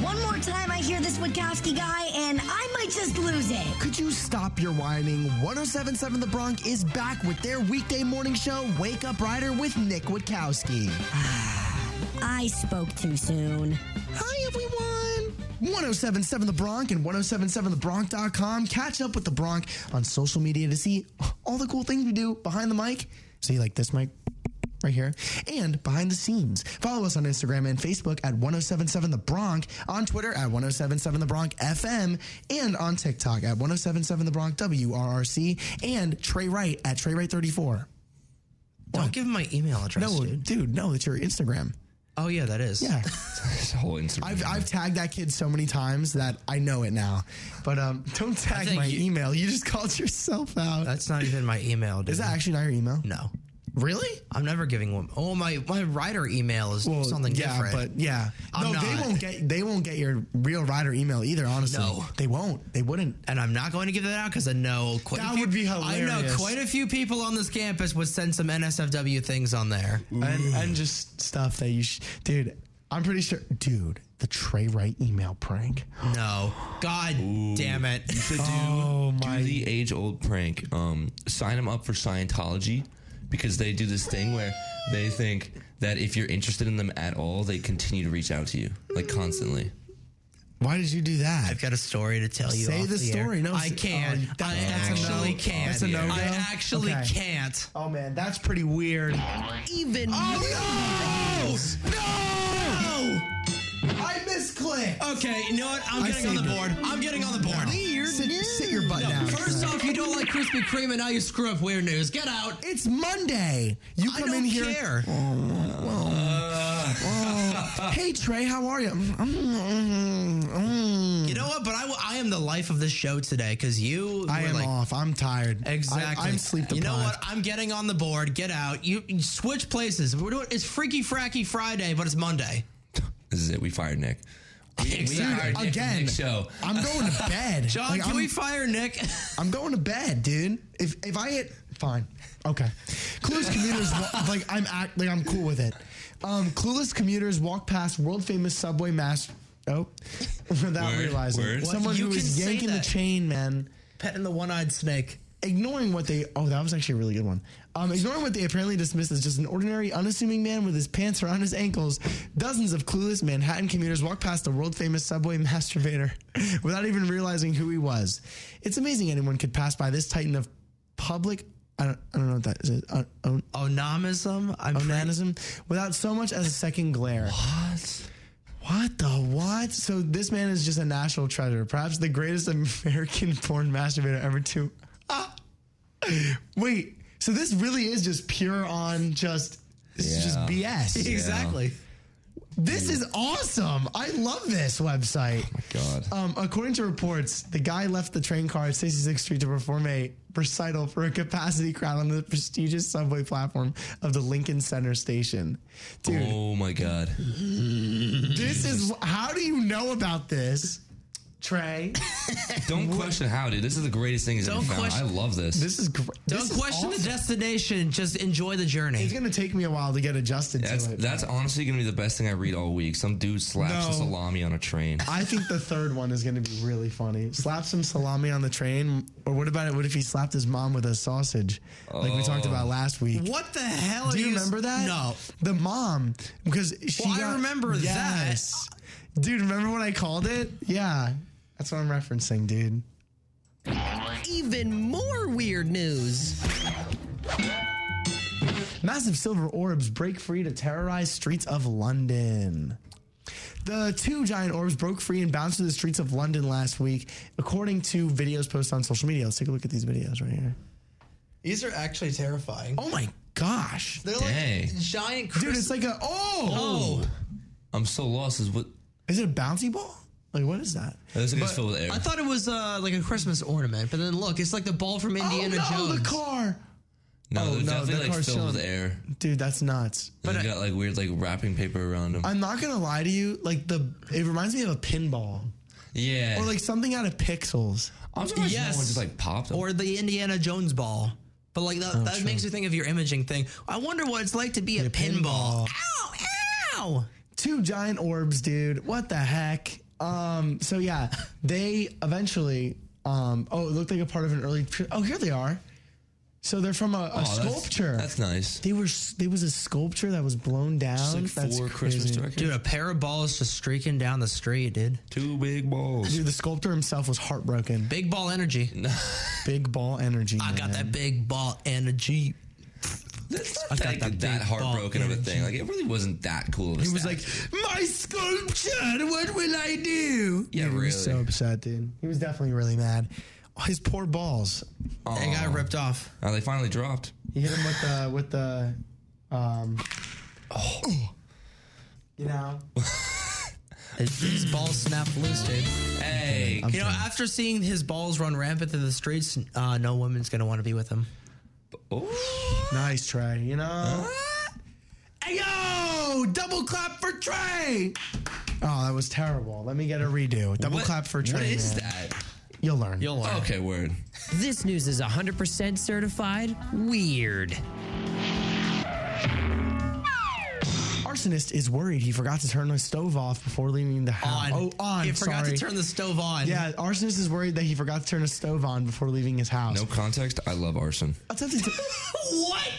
Speaker 1: One more time I hear this Wachowski guy, and I might just lose it.
Speaker 2: Could you stop your whining? 1077 The Bronx is back with their weekday morning show, Wake Up Rider with Nick Witkowski.
Speaker 1: I spoke too soon.
Speaker 2: Hi, everyone. 1077 The Bronx and 1077TheBronx.com. Catch up with The Bronx on social media to see all the cool things we do behind the mic. See, like this mic right here, and behind the scenes. Follow us on Instagram and Facebook at 1077 The Bronx, on Twitter at 1077 The Bronx FM, and on TikTok at 1077 The Bronx WRRC, and Trey Wright at Trey Wright 34.
Speaker 5: Don't give him my email address.
Speaker 2: No, dude. no, it's your Instagram.
Speaker 5: Oh yeah, that is.
Speaker 2: Yeah.
Speaker 6: whole Instagram.
Speaker 2: I've, I've tagged that kid so many times that I know it now. But um, don't tag my email. You just called yourself out.
Speaker 5: That's not even my email, dude.
Speaker 2: Is that actually not your email?
Speaker 5: No.
Speaker 2: Really?
Speaker 5: I'm never giving one. Oh my, my writer email is something
Speaker 2: yeah,
Speaker 5: different.
Speaker 2: but yeah,
Speaker 5: I'm
Speaker 2: no, they
Speaker 5: not.
Speaker 2: won't get they won't get your real rider email either. Honestly,
Speaker 5: No.
Speaker 2: they won't. They wouldn't.
Speaker 5: And I'm not going to give that out because I know quite
Speaker 2: That
Speaker 5: a few,
Speaker 2: would be
Speaker 5: I know
Speaker 2: hilarious.
Speaker 5: quite a few people on this campus would send some NSFW things on there.
Speaker 2: And and just stuff that you, sh- dude. I'm pretty sure, dude. The Trey Wright email prank.
Speaker 5: no, God damn it!
Speaker 2: oh my!
Speaker 6: do the age old prank. Um, sign them up for Scientology because they do this thing where they think that if you're interested in them at all, they continue to reach out to you like constantly.
Speaker 2: Why did you do that? I've
Speaker 5: got a story to tell you.
Speaker 2: Say
Speaker 5: off
Speaker 2: the
Speaker 5: air.
Speaker 2: story. No,
Speaker 5: I
Speaker 2: s-
Speaker 5: can't.
Speaker 2: oh, that-
Speaker 5: I
Speaker 2: that's a no.
Speaker 5: actually can't.
Speaker 2: That's a no-go?
Speaker 5: I actually
Speaker 2: Okay.
Speaker 5: can't.
Speaker 2: Oh man, that's pretty weird.
Speaker 5: Even oh no! No!
Speaker 2: I misclicked.
Speaker 5: Okay, you know what? I'm
Speaker 2: I
Speaker 5: getting on the
Speaker 2: saved it.
Speaker 5: board. I'm getting on the board.
Speaker 2: Sit, sit your butt
Speaker 5: No,
Speaker 2: down.
Speaker 5: first off, you don't like Krispy Kreme, and now you screw up weird news. Get out.
Speaker 2: It's Monday. You
Speaker 5: I
Speaker 2: come
Speaker 5: don't
Speaker 2: in here.
Speaker 5: care.
Speaker 2: Oh, hey Trey, how are you? mm,
Speaker 5: You know what? But I, w- I am the life of the show today because you.
Speaker 2: I
Speaker 5: were
Speaker 2: am
Speaker 5: like,
Speaker 2: off. I'm tired.
Speaker 5: Exactly.
Speaker 2: I, am sleep
Speaker 5: You
Speaker 2: deprived.
Speaker 5: know what? I'm getting on the board. Get out. You, you switch places. We're doing it's Freaky Fracky Friday, but it's Monday.
Speaker 6: This is it. We fired Nick. We, we
Speaker 5: Exactly.
Speaker 6: fired Nick
Speaker 2: Again.
Speaker 6: Nick show.
Speaker 2: I'm going to bed.
Speaker 5: John,
Speaker 2: Like,
Speaker 5: can
Speaker 2: I'm,
Speaker 5: we fire Nick?
Speaker 2: I'm going to bed, dude. If if I hit, fine. Okay. Clueless commuters, wa- like I'm act, like I'm cool with it. Um, clueless commuters walk past world famous subway mass. Oh, without
Speaker 6: Word,
Speaker 2: realizing
Speaker 6: word.
Speaker 2: someone
Speaker 5: What? You
Speaker 2: who is
Speaker 5: can say
Speaker 2: yanking the
Speaker 5: that.
Speaker 2: chain, man.
Speaker 5: Petting the one-eyed snake.
Speaker 2: ignoring what they oh that was actually a really good one um, ignoring what they apparently dismissed as just an ordinary unassuming man with his pants around his ankles dozens of clueless manhattan commuters walk past the world-famous subway masturbator without even realizing who he was it's amazing anyone could pass by this titan of public i don't, I don't know what that is uh, on,
Speaker 5: Oh, Onanism. I'm
Speaker 2: onanism without so much as a second glare
Speaker 5: What?
Speaker 2: what the what? So this man is just a national treasure, perhaps the greatest American-born masturbator ever to. Ah. Wait, so this really is just pure on just this is just
Speaker 6: Yeah.
Speaker 2: BS.
Speaker 6: Yeah.
Speaker 5: Exactly.
Speaker 2: This is awesome. I love this website.
Speaker 6: Oh God.
Speaker 2: Um, according to reports, the guy left the train car at 66th Street to perform a recital for a capacity crowd on the prestigious subway platform of the Lincoln Center station. Dude,
Speaker 6: Oh my god.
Speaker 2: this is how do you know about this, Trey?
Speaker 6: Don't question how, dude. This is the greatest thing he's ever
Speaker 5: Don't
Speaker 6: found.
Speaker 5: question-
Speaker 6: I love this.
Speaker 2: This is great.
Speaker 5: Don't question the destination. Just enjoy the journey.
Speaker 2: It's gonna take me a while to get adjusted
Speaker 6: That's
Speaker 2: to it.
Speaker 6: that's honestly gonna be the best thing I read all week. Some dude slaps a
Speaker 2: No.
Speaker 6: salami on a train.
Speaker 2: I think the third one is going to be really funny. Slap some salami on the train, or what about it? What if he slapped his mom with a sausage, like we talked about last week?
Speaker 5: Oh. What the hell?
Speaker 2: Do
Speaker 5: are
Speaker 2: you remember that?
Speaker 5: No.
Speaker 2: the mom because she.
Speaker 5: Well, I
Speaker 2: got-
Speaker 5: remember that.
Speaker 2: yes. that. Dude, remember what I called it? Yeah, that's what I'm referencing, dude.
Speaker 26: Even more weird news.
Speaker 2: Massive silver orbs break free to terrorize streets of London. The two giant orbs broke free and bounced through the streets of London last week, according to videos posted on social media. Let's take a look at these videos right here.
Speaker 5: These are actually terrifying.
Speaker 2: Oh my gosh.
Speaker 5: They're
Speaker 6: Dang.
Speaker 5: like giant.
Speaker 2: Dude, it's like a oh,
Speaker 5: Oh.
Speaker 6: I'm so lost. Is what
Speaker 2: Is it a bouncy ball? Like, what is that?
Speaker 6: This thing is filled with air.
Speaker 5: I thought it was uh, like a Christmas ornament, but then look, it's like the ball from Indiana
Speaker 2: Oh, no,
Speaker 5: Jones.
Speaker 2: the car.
Speaker 6: No,
Speaker 2: Oh,
Speaker 6: they're
Speaker 2: no, that
Speaker 6: definitely like
Speaker 2: car's
Speaker 6: filled with
Speaker 2: chilling.
Speaker 6: air.
Speaker 2: Dude, that's nuts.
Speaker 6: But they got like weird like wrapping paper around them.
Speaker 2: I'm not gonna lie to you. Like the, it reminds me of a pinball
Speaker 6: yeah.
Speaker 2: or like something out of Pixels.
Speaker 6: I'm surprised no one just like popped them.
Speaker 5: Or the Indiana Jones ball. But like that,
Speaker 2: Oh,
Speaker 5: that makes you think of your imaging thing. I wonder what it's like to be a pinball.
Speaker 2: Ow! Two giant orbs, dude. What the heck? Um, so yeah, they eventually um oh, it looked like a part of an early Oh, here they are. So they're from a, a
Speaker 6: Oh, that's-
Speaker 2: sculpture.
Speaker 6: That's, nice.
Speaker 2: They were s- there was a sculpture that was blown down. that's crazy.
Speaker 5: Dude, a pair of balls just streaking down the street, dude.
Speaker 6: Two big balls.
Speaker 2: Dude, the sculptor himself was heartbroken.
Speaker 5: Big ball energy.
Speaker 2: big ball energy.
Speaker 5: I got that big ball energy.
Speaker 6: I got that, that heartbroken of a thing. Like it really wasn't that cool. Of a
Speaker 2: He was
Speaker 6: stat.
Speaker 2: like, My sculpture, what will I do?
Speaker 6: Yeah,
Speaker 2: Dude, He
Speaker 6: really.
Speaker 2: was so upset, dude. He was definitely really mad. Oh, his poor balls.
Speaker 6: They got
Speaker 5: ripped off.
Speaker 6: Oh, they finally dropped.
Speaker 2: He hit him with the with the um oh. you know.
Speaker 5: His balls snapped loose, dude.
Speaker 6: Hey,
Speaker 5: you know, after seeing his balls run rampant through the streets, uh, no woman's gonna want to be with him.
Speaker 2: Nice try, you know. Hey yo! Oh, Double clap for Trey! Oh, that was terrible. Let me get a redo. Double
Speaker 27: What-
Speaker 2: clap for
Speaker 27: what
Speaker 2: Trey.
Speaker 27: is
Speaker 2: man.
Speaker 6: that?
Speaker 2: You'll learn.
Speaker 27: You'll learn.
Speaker 6: Okay, word.
Speaker 27: This news is 100% certified weird.
Speaker 2: Arsonist is worried he forgot to turn the stove off before leaving the house.
Speaker 5: On.
Speaker 2: Oh, on.
Speaker 5: He forgot to
Speaker 2: sorry.
Speaker 5: turn the stove on.
Speaker 2: Yeah, arsonist is worried that he forgot to turn the stove on before leaving his house.
Speaker 6: No context. I love arson.
Speaker 2: I'll tell you-
Speaker 5: what?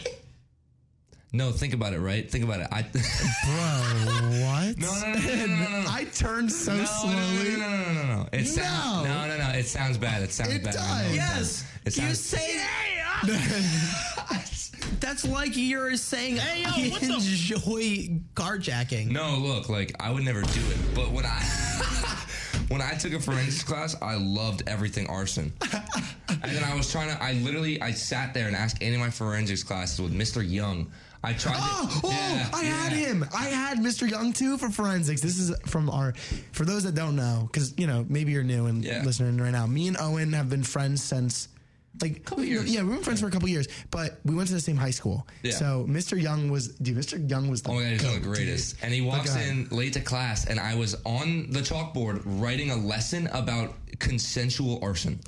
Speaker 6: No, think about it. Right? Think about it. I.
Speaker 2: Bro, what?
Speaker 6: No, no, no, no, no, no, no, no.
Speaker 2: I turned so
Speaker 6: no,
Speaker 2: slowly.
Speaker 6: No, no, no, no, no, no, no. It sounds, no. No, no, It sounds bad. It sounds
Speaker 2: It
Speaker 6: bad. I
Speaker 2: does.
Speaker 6: know it
Speaker 2: Yes.
Speaker 6: It
Speaker 5: You
Speaker 6: sounds,
Speaker 5: say that's like you're saying
Speaker 28: Hey, yo,
Speaker 5: I
Speaker 28: what the-
Speaker 5: enjoy carjacking.
Speaker 6: No, look, like I would never do it, but when I when I took a forensics class, I loved everything arson. and then I was trying to I literally I sat there and asked any of my forensics classes with Mr. Young. I tried
Speaker 2: Oh,
Speaker 6: to
Speaker 2: oh, I had him. I had Mr. Young too for forensics. This is from our, for those that don't know, because, you know, maybe you're new and listening right now. Me and Owen have been friends since, like, couple years. yeah, we've been friends for a couple years, but we went to the same high school.
Speaker 6: Yeah.
Speaker 2: So Mr. Young was, dude, Mr. Young was the
Speaker 6: Oh my god, he's one of the
Speaker 2: goat,
Speaker 6: greatest.
Speaker 2: dude.
Speaker 6: And he
Speaker 2: But
Speaker 6: walks
Speaker 2: go ahead.
Speaker 6: in late to class and I was on the chalkboard writing a lesson about consensual arson.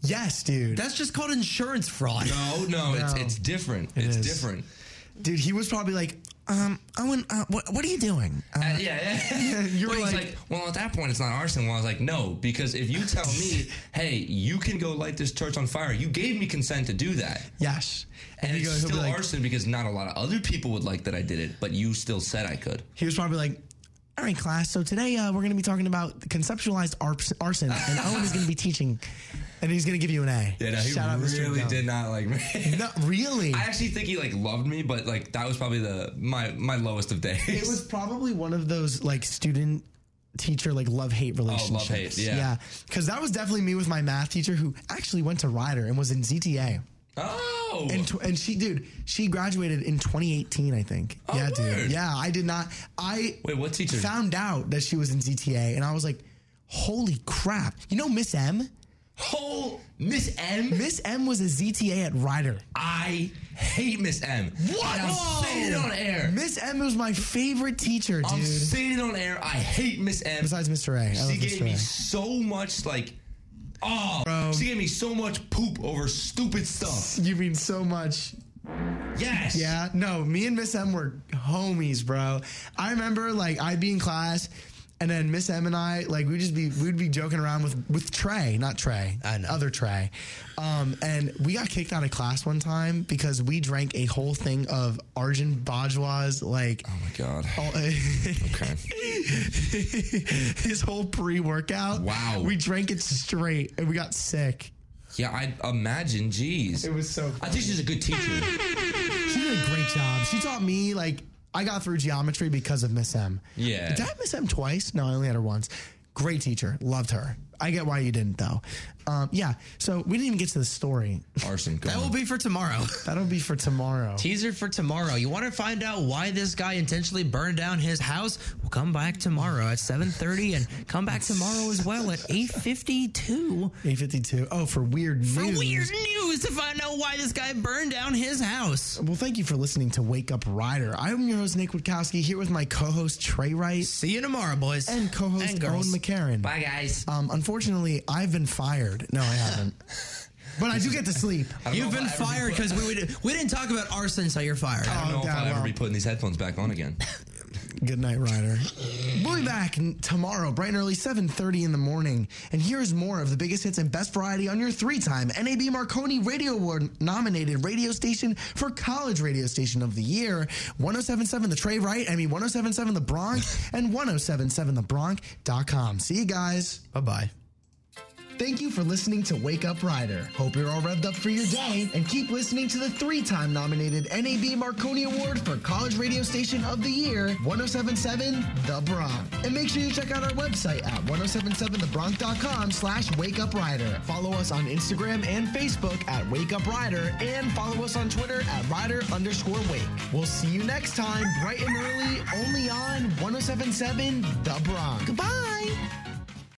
Speaker 2: Yes, dude.
Speaker 5: That's just called insurance fraud.
Speaker 6: No, no, it's it's different.
Speaker 2: It
Speaker 6: it's
Speaker 2: is.
Speaker 6: different.
Speaker 2: Dude, he was probably like, um, Owen, uh, what, what are you doing? Uh,
Speaker 6: Uh, yeah, yeah.
Speaker 2: You're
Speaker 6: But
Speaker 2: like-
Speaker 6: he's like, well, at that point, it's not arson. Well, I was like, no, because if you tell me, hey, you can go light this church on fire, you gave me consent to do that.
Speaker 2: Yes.
Speaker 6: And,
Speaker 2: he
Speaker 6: it's
Speaker 2: goes- he'll be
Speaker 6: still
Speaker 2: like-
Speaker 6: arson because not a lot of other people would like that I did it, but you still said I could.
Speaker 2: He was probably like, all right, class. So today uh, we're going to be talking about conceptualized arps- arson, and Owen is going to be teaching, and he's going to give you an A.
Speaker 6: Yeah, no, he
Speaker 2: Shout out Mr.
Speaker 6: really
Speaker 2: Young.
Speaker 6: did not like me.
Speaker 2: Not really.
Speaker 6: I actually think he like loved me, but like that was probably the my my lowest of days.
Speaker 2: It was probably one of those like student teacher like love hate relationships.
Speaker 6: Oh, love-hate, yeah.
Speaker 2: Because that was definitely me with my math teacher who actually went to Ryder and was in ZTA.
Speaker 6: Oh.
Speaker 2: And, tw- and she, dude, she graduated in 2018, I think. yeah, dude.
Speaker 6: Oh, word.
Speaker 2: Yeah, I did not. I
Speaker 6: Wait, what teacher?
Speaker 2: found out that she was in ZTA, and I was like, holy crap. You know Miss M?
Speaker 6: Oh, Miss M?
Speaker 2: Miss M was a ZTA at Ryder.
Speaker 6: I hate Miss M.
Speaker 2: What?
Speaker 6: And I'm saying it on air.
Speaker 2: Miss M was my favorite teacher, dude.
Speaker 6: I'm saying it on air. I hate Miss M.
Speaker 2: Besides Mr. A. I love
Speaker 6: She gave
Speaker 2: Mr.
Speaker 6: me
Speaker 2: A.
Speaker 6: so much like oh she gave me so much poop over stupid stuff.
Speaker 2: You mean so much.
Speaker 6: Yes.
Speaker 2: Yeah. No, me and Miss M were homies, bro. I remember like I'd be in class and then Miss M and I, like we'd just be we'd be joking around with with Trey, not Trey. I know. Other Trey. Um, and we got kicked out of class one time because we drank a whole thing of Arjun Bajwa's like
Speaker 6: Oh my god. okay.
Speaker 2: his whole pre-workout.
Speaker 6: Wow.
Speaker 2: We drank it straight and we got sick.
Speaker 6: Yeah, I imagine, jeez.
Speaker 2: It was so
Speaker 6: I think she's a good teacher.
Speaker 2: She did a great job. She taught me like I got through geometry because of Miss M.
Speaker 6: Yeah.
Speaker 2: Did I have Miss M twice? No, I only had her once. Great teacher. Loved her. I get why you didn't though. Um, yeah, so we didn't even get to the story.
Speaker 6: Arson.
Speaker 5: That will be for tomorrow.
Speaker 2: That'll be for tomorrow.
Speaker 5: Teaser for tomorrow. You want to find out why this guy intentionally burned down his house? Well, come back tomorrow at 7:30 and come back tomorrow as well at 8:52.
Speaker 2: 852. Oh, for weird
Speaker 5: For
Speaker 2: news.
Speaker 5: weird news to find out why this guy burned down his house.
Speaker 2: Well, thank you for listening to Wake Up Rider. I'm your host Nick Witkowski here with my co-host Trey Wright.
Speaker 5: See you tomorrow, boys
Speaker 2: and co-host
Speaker 5: And
Speaker 2: Owen
Speaker 5: girls.
Speaker 2: McCarran.
Speaker 5: Bye, guys.
Speaker 2: Um, unfortunately, I've been fired. No, I haven't. but I do get to sleep.
Speaker 5: You've been fired because we would, we didn't talk about arson, so you're fired.
Speaker 6: I don't know if I'll ever be putting these headphones back on again.
Speaker 2: Good night, Ryder. We'll be back n- tomorrow, bright and early, 7.30 in the morning. And here's more of the biggest hits and best variety on your three-time NAB Marconi Radio Award-nominated radio station for College Radio Station of the Year, 107.7 The Trey Wright, I mean 107.7 The Bronx, and 107.7thebronx.com. See you guys.
Speaker 5: Bye-bye.
Speaker 2: Thank you for listening to Wake Up Rider. Hope you're all revved up for your day and keep listening to the three time nominated NAB Marconi Award for College Radio Station of the Year, 1077 The Bronx. And make sure you check out our website at 1077thebronx.com slash Wake Up Rider. Follow us on Instagram and Facebook at Wake Up Rider and follow us on Twitter at Rider underscore Wake. We'll see you next time, bright and early, only on 1077 The Bronx. Goodbye.